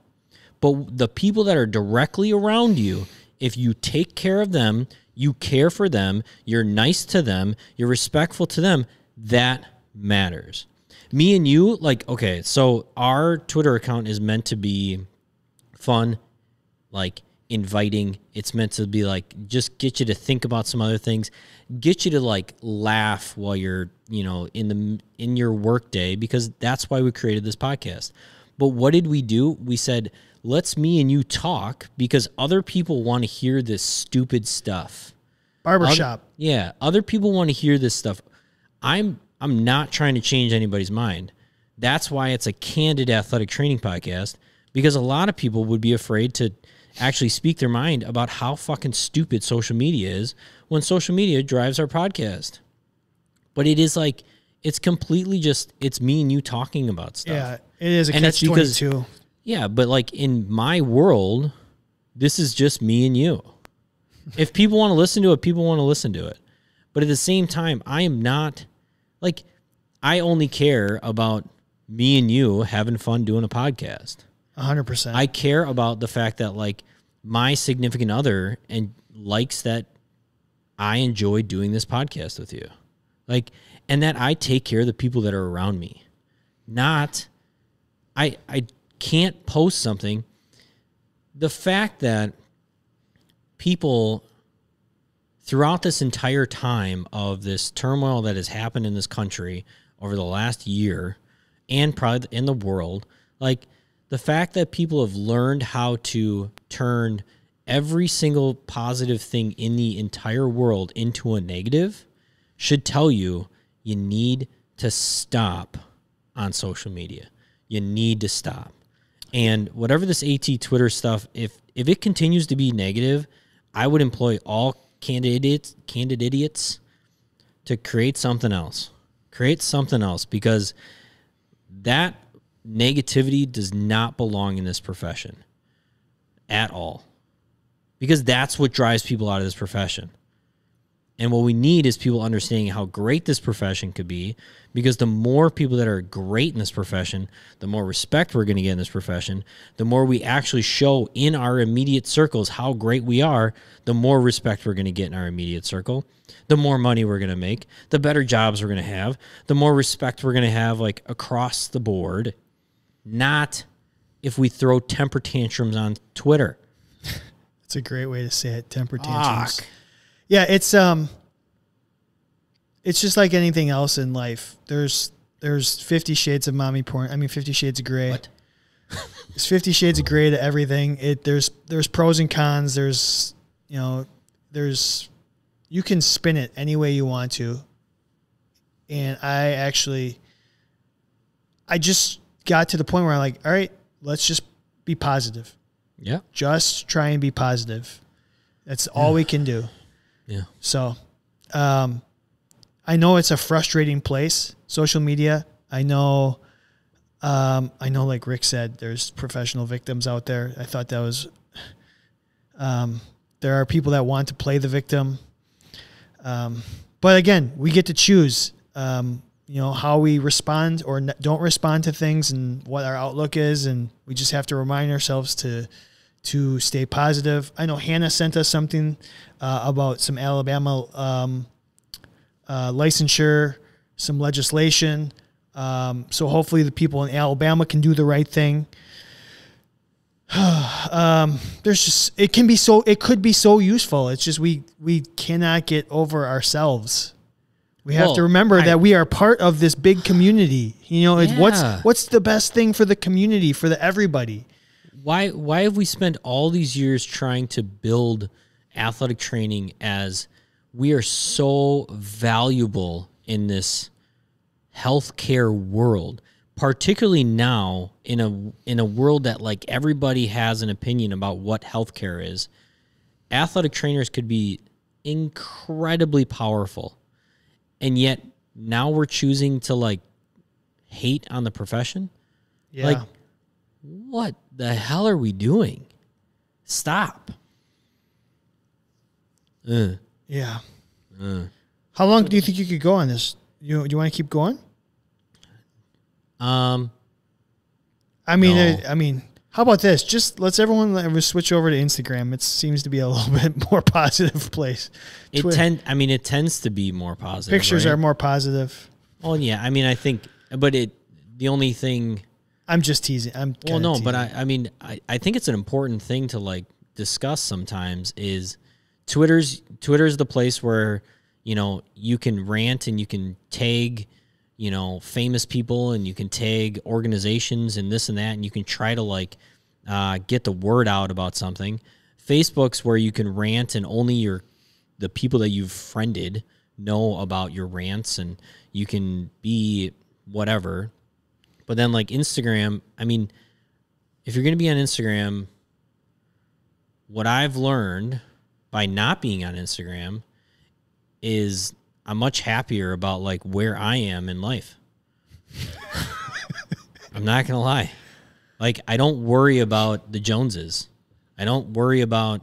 Speaker 1: But the people that are directly around you, if you take care of them, you care for them, you're nice to them, you're respectful to them, that matters. Me and you, like, okay, so our Twitter account is meant to be fun, like inviting. It's meant to be like just get you to think about some other things, get you to like laugh while you're, you know, in the in your workday because that's why we created this podcast. But what did we do? We said, "Let's me and you talk because other people want to hear this stupid stuff."
Speaker 2: Barbershop.
Speaker 1: Yeah, other people want to hear this stuff. I'm I'm not trying to change anybody's mind. That's why it's a candid athletic training podcast because a lot of people would be afraid to actually speak their mind about how fucking stupid social media is when social media drives our podcast. But it is like it's completely just it's me and you talking about stuff.
Speaker 2: Yeah. It is a
Speaker 1: And it's
Speaker 2: catch twenty
Speaker 1: because-
Speaker 2: two.
Speaker 1: Yeah, but like in my world, this is just me and you. If people want to listen to it, people want to listen to it. But at the same time, I am not like I only care about me and you having fun doing a podcast.
Speaker 2: hundred percent.
Speaker 1: I care about the fact that like my significant other and likes that I enjoy doing this podcast with you. Like and that I take care of the people that are around me. Not I I can't post something the fact that people throughout this entire time of this turmoil that has happened in this country over the last year and probably in the world, like the fact that people have learned how to turn every single positive thing in the entire world into a negative should tell you you need to stop on social media. You need to stop. And whatever this AT Twitter stuff, if if it continues to be negative, I would employ all candidates candid idiots to create something else. Create something else because that negativity does not belong in this profession. at all because that's what drives people out of this profession. And what we need is people understanding how great this profession could be because the more people that are great in this profession, the more respect we're going to get in this profession, the more we actually show in our immediate circles how great we are, the more respect we're going to get in our immediate circle, the more money we're going to make, the better jobs we're going to have, the more respect we're going to have like across the board, not if we throw temper tantrums on Twitter.
Speaker 2: It's a great way to say it. Temper tantrums.
Speaker 1: Fuck.
Speaker 2: Yeah, it's um it's just like anything else in life. There's there's 50 shades of mommy porn. I mean 50 shades of gray.
Speaker 1: What?
Speaker 2: it's 50 shades of gray to everything. It there's there's pros and cons. There's you know, there's you can spin it any way you want to. And I actually I just got to the point where I'm like, all right, let's just be positive
Speaker 1: Yeah.
Speaker 2: just try and be positive. That's all we can do.
Speaker 1: Yeah.
Speaker 2: So, um, I know it's a frustrating place, social media. I know, um, I know, like Rick said, there's professional victims out there. I thought that was, um, there are people that want to play the victim. Um, but again, we get to choose, um, you know, how we respond or n- don't respond to things and what our outlook is. And we just have to remind ourselves to, to stay positive. I know Hannah sent us something uh, about some Alabama um, uh, licensure, some legislation. Um, so hopefully the people in Alabama can do the right thing. um, there's just it can be so it could be so useful. It's just we we cannot get over ourselves. We have
Speaker 1: Well,
Speaker 2: to remember
Speaker 1: I-
Speaker 2: that we are part of this big community. You know, it's
Speaker 1: Yeah.
Speaker 2: what's what's the best thing for the community, for the everybody.
Speaker 1: why why have we spent all these years trying to build athletic training as we are so valuable in this healthcare world particularly now in a in a world that like everybody has an opinion about what healthcare is athletic trainers could be incredibly powerful and yet now we're choosing to like hate on the profession
Speaker 2: Yeah.
Speaker 1: Like, what the hell are we doing? Stop. Uh,
Speaker 2: Yeah. How long do you think you could go on this? You you want to keep going?
Speaker 1: um,
Speaker 2: I mean,
Speaker 1: No.
Speaker 2: I, I mean, how about this? Just let's everyone let us switch over to Instagram. It seems to be a little bit more positive place.
Speaker 1: it
Speaker 2: Twi-
Speaker 1: tend. I mean, it tends to be more positive.
Speaker 2: pictures
Speaker 1: right?
Speaker 2: are more positive.
Speaker 1: Oh yeah. I mean, I think, but it. The only thing.
Speaker 2: I'm just teasing. I'm
Speaker 1: Well, no,
Speaker 2: kinda
Speaker 1: but
Speaker 2: teasing.
Speaker 1: I. I mean, I, I. think it's an important thing to like discuss sometimes. Is Twitter's Twitter's the place where you know you can rant and you can tag you know famous people and you can tag organizations and this and that and you can try to like uh, get the word out about something facebook's where you can rant and only your the people that you've friended know about your rants and you can be whatever but then like instagram i mean if you're going to be on instagram what i've learned by not being on instagram is I'm much happier about like where I am in life. I'm not gonna lie. Like I don't worry about the Joneses. I don't worry about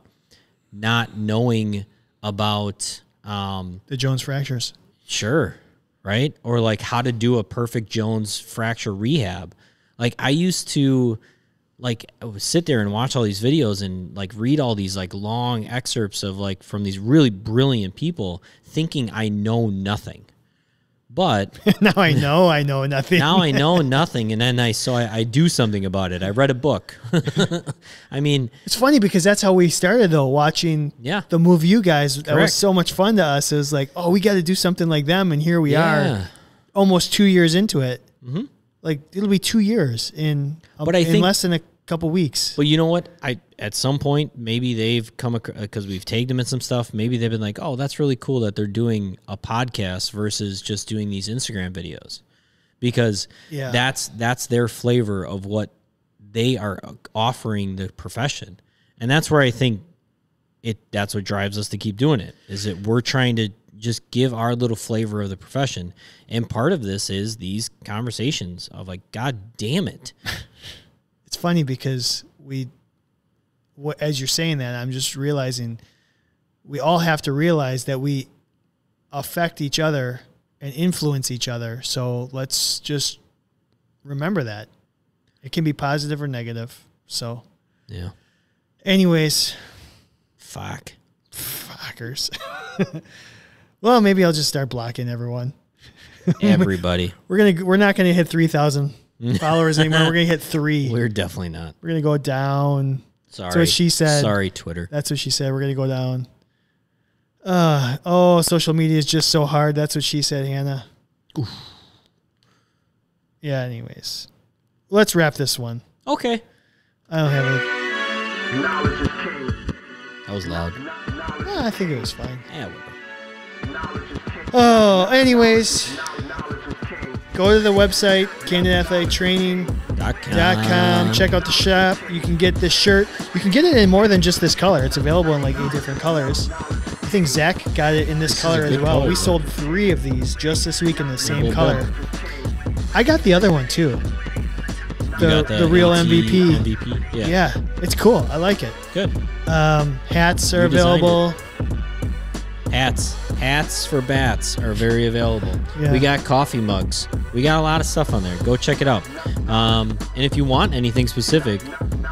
Speaker 1: not knowing about um
Speaker 2: the Jones fractures.
Speaker 1: sure, right? Or like how to do a perfect Jones fracture rehab. Like I used to like I would sit there and watch all these videos and like read all these like long excerpts of like from these really brilliant people thinking I know nothing. But
Speaker 2: now I know. I know nothing.
Speaker 1: now I know nothing and then I so I, I do something about it. I read a book. I mean,
Speaker 2: it's funny because that's how we started though. Watching
Speaker 1: Yeah.
Speaker 2: the movie You Guys. That
Speaker 1: Correct.
Speaker 2: was so much fun to us. It was like, oh, we got to do something like them, and here we are.
Speaker 1: yeah. Mm-hmm.
Speaker 2: almost two years into it. Like it'll be two years in,
Speaker 1: But I
Speaker 2: in
Speaker 1: think-
Speaker 2: less than a couple weeks.
Speaker 1: But you know what? I at some point maybe they've come because we've tagged them in some stuff. Maybe they've been like, "Oh, that's really cool that they're doing a podcast versus just doing these Instagram videos," because
Speaker 2: Yeah.
Speaker 1: that's that's their flavor of what they are uh, offering the profession, and that's where I think it. That's what drives us to keep doing it. Is that we're trying to just give our little flavor of the profession, and part of this is these conversations of like, "God damn it!"
Speaker 2: It's funny because we what, as you're saying that, I'm just realizing we all have to realize that we affect each other and influence each other. So let's just remember that. It can be positive or negative. So,
Speaker 1: Yeah.
Speaker 2: anyways,
Speaker 1: Fuck.
Speaker 2: fuckers. well, maybe I'll just start blocking everyone.
Speaker 1: Everybody.
Speaker 2: We're gonna we're not gonna hit three thousand followers anymore. We're gonna hit three.
Speaker 1: We're definitely not.
Speaker 2: We're gonna go down.
Speaker 1: Sorry.
Speaker 2: what she said.
Speaker 1: Sorry, Twitter.
Speaker 2: That's what she said. We're gonna go down. Uh oh, social media is just so hard. That's what she said, Hannah. Yeah. Anyways, let's wrap this one.
Speaker 1: Okay.
Speaker 2: I don't have it.
Speaker 3: Knowledge is king.
Speaker 1: That was loud.
Speaker 3: Kno- Knowledge,
Speaker 2: I think it was fine.
Speaker 1: Yeah, whatever.
Speaker 3: knowledge is king.
Speaker 2: Oh, anyways,
Speaker 3: Kno- Knowledge is king.
Speaker 2: go to the website canyonathletitraining.com.
Speaker 1: Dot com.
Speaker 2: Check out the shop. You can get this shirt. You can get it in more than just this color. It's available in like eight different colors. I think Zach got it in this,
Speaker 1: a
Speaker 2: color as
Speaker 1: good
Speaker 2: well.
Speaker 1: color,
Speaker 2: we
Speaker 1: bro.
Speaker 2: sold three of these just this week in the same
Speaker 1: Well
Speaker 2: color.
Speaker 1: done.
Speaker 2: I got the other one too.
Speaker 1: You
Speaker 2: The,
Speaker 1: got
Speaker 2: the real
Speaker 1: AT
Speaker 2: MVP.
Speaker 1: MVP. Yeah.
Speaker 2: Yeah, it's cool. I like it.
Speaker 1: Good.
Speaker 2: Um, hats are
Speaker 1: You designed
Speaker 2: available.
Speaker 1: Hats. Hats for bats are very available.
Speaker 2: Yeah.
Speaker 1: We got coffee mugs. We got a lot of stuff on there. Go check it out. Um, and if you want anything specific,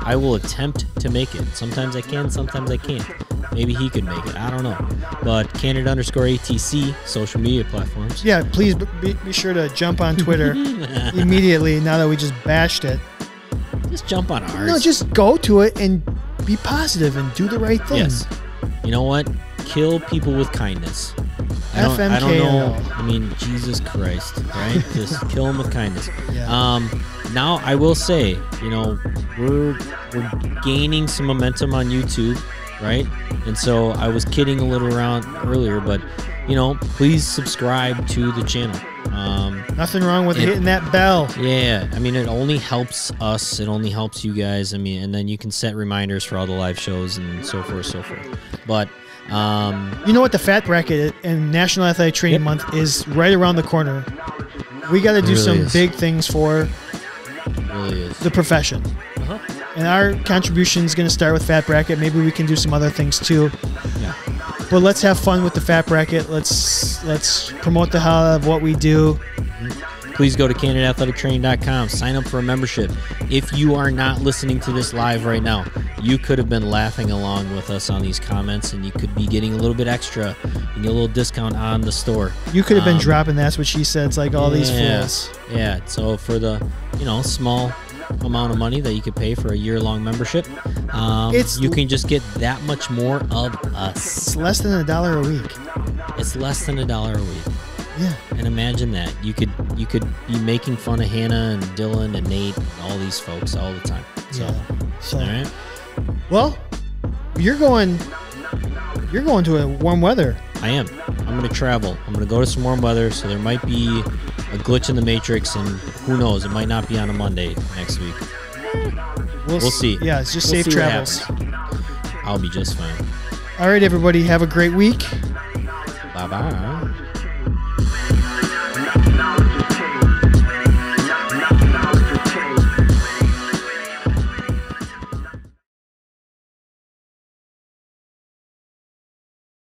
Speaker 1: I will attempt to make it. Sometimes I can, sometimes I can't. Maybe he could make it. I don't know. But candid underscore ATC, social media platforms.
Speaker 2: Yeah, please b- be, be sure to jump on Twitter immediately now that we just bashed it.
Speaker 1: Just jump on ours.
Speaker 2: No, just go to it and be positive and do the right thing.
Speaker 1: Yes. You know what? Kill people with kindness. I don't, I don't
Speaker 2: FMKO.
Speaker 1: know. I mean, Jesus Christ, right? Just kill them with kindness.
Speaker 2: Yeah.
Speaker 1: Um, now I will say, you know, we're we're gaining some momentum on YouTube, right? And so I was kidding a little around earlier, but you know, please subscribe to the channel. Um,
Speaker 2: Nothing wrong with
Speaker 1: Yeah.
Speaker 2: hitting that bell.
Speaker 1: yeah, I mean, it only helps us. It only helps you guys. I mean, and then you can set reminders for all the live shows and so forth, so forth. But um,
Speaker 2: You know what? The fat bracket and National Athletic Training
Speaker 1: Yep.
Speaker 2: Month is right around the corner. We got to do
Speaker 1: really
Speaker 2: some
Speaker 1: is.
Speaker 2: big things for
Speaker 1: it really is.
Speaker 2: the profession.
Speaker 1: Uh-huh.
Speaker 2: And our contribution is going to start with Fat Bracket. Maybe we can do some other things too.
Speaker 1: Yeah.
Speaker 2: But let's have fun with the Fat Bracket. Let's let's promote the hell out of what we do.
Speaker 1: Please go to candidateathletictraining.com. Sign up for a membership. If you are not listening to this live right now, you could have been laughing along with us on these comments, and you could be getting a little bit extra and get a little discount on the store.
Speaker 2: You could have been
Speaker 1: Um,
Speaker 2: dropping. That's what she said. It's like all these
Speaker 1: yeah,
Speaker 2: fools.
Speaker 1: Yeah. So for the you know small amount of money that you could pay for a year long membership, um,
Speaker 2: It's-
Speaker 1: you can just get that much more of us.
Speaker 2: It's less than a dollar a week.
Speaker 1: It's less than a dollar a week.
Speaker 2: Yeah.
Speaker 1: And imagine that you could you could be making fun of Hannah and Dylan and Nate and all these folks all the time. So
Speaker 2: yeah. So,
Speaker 1: all right.
Speaker 2: well, you're going. You're going to a warm weather.
Speaker 1: I am. I'm going to travel. I'm going to go to some warm weather, so there might be a glitch in the matrix, and who knows? It might not be on a Monday next week.
Speaker 2: We'll,
Speaker 1: We'll
Speaker 2: s-
Speaker 1: see.
Speaker 2: Yeah, it's just
Speaker 1: We'll
Speaker 2: safe
Speaker 1: see what
Speaker 2: travels.
Speaker 1: happens. I'll be just fine.
Speaker 2: All right, everybody, have a great week.
Speaker 1: Bye bye.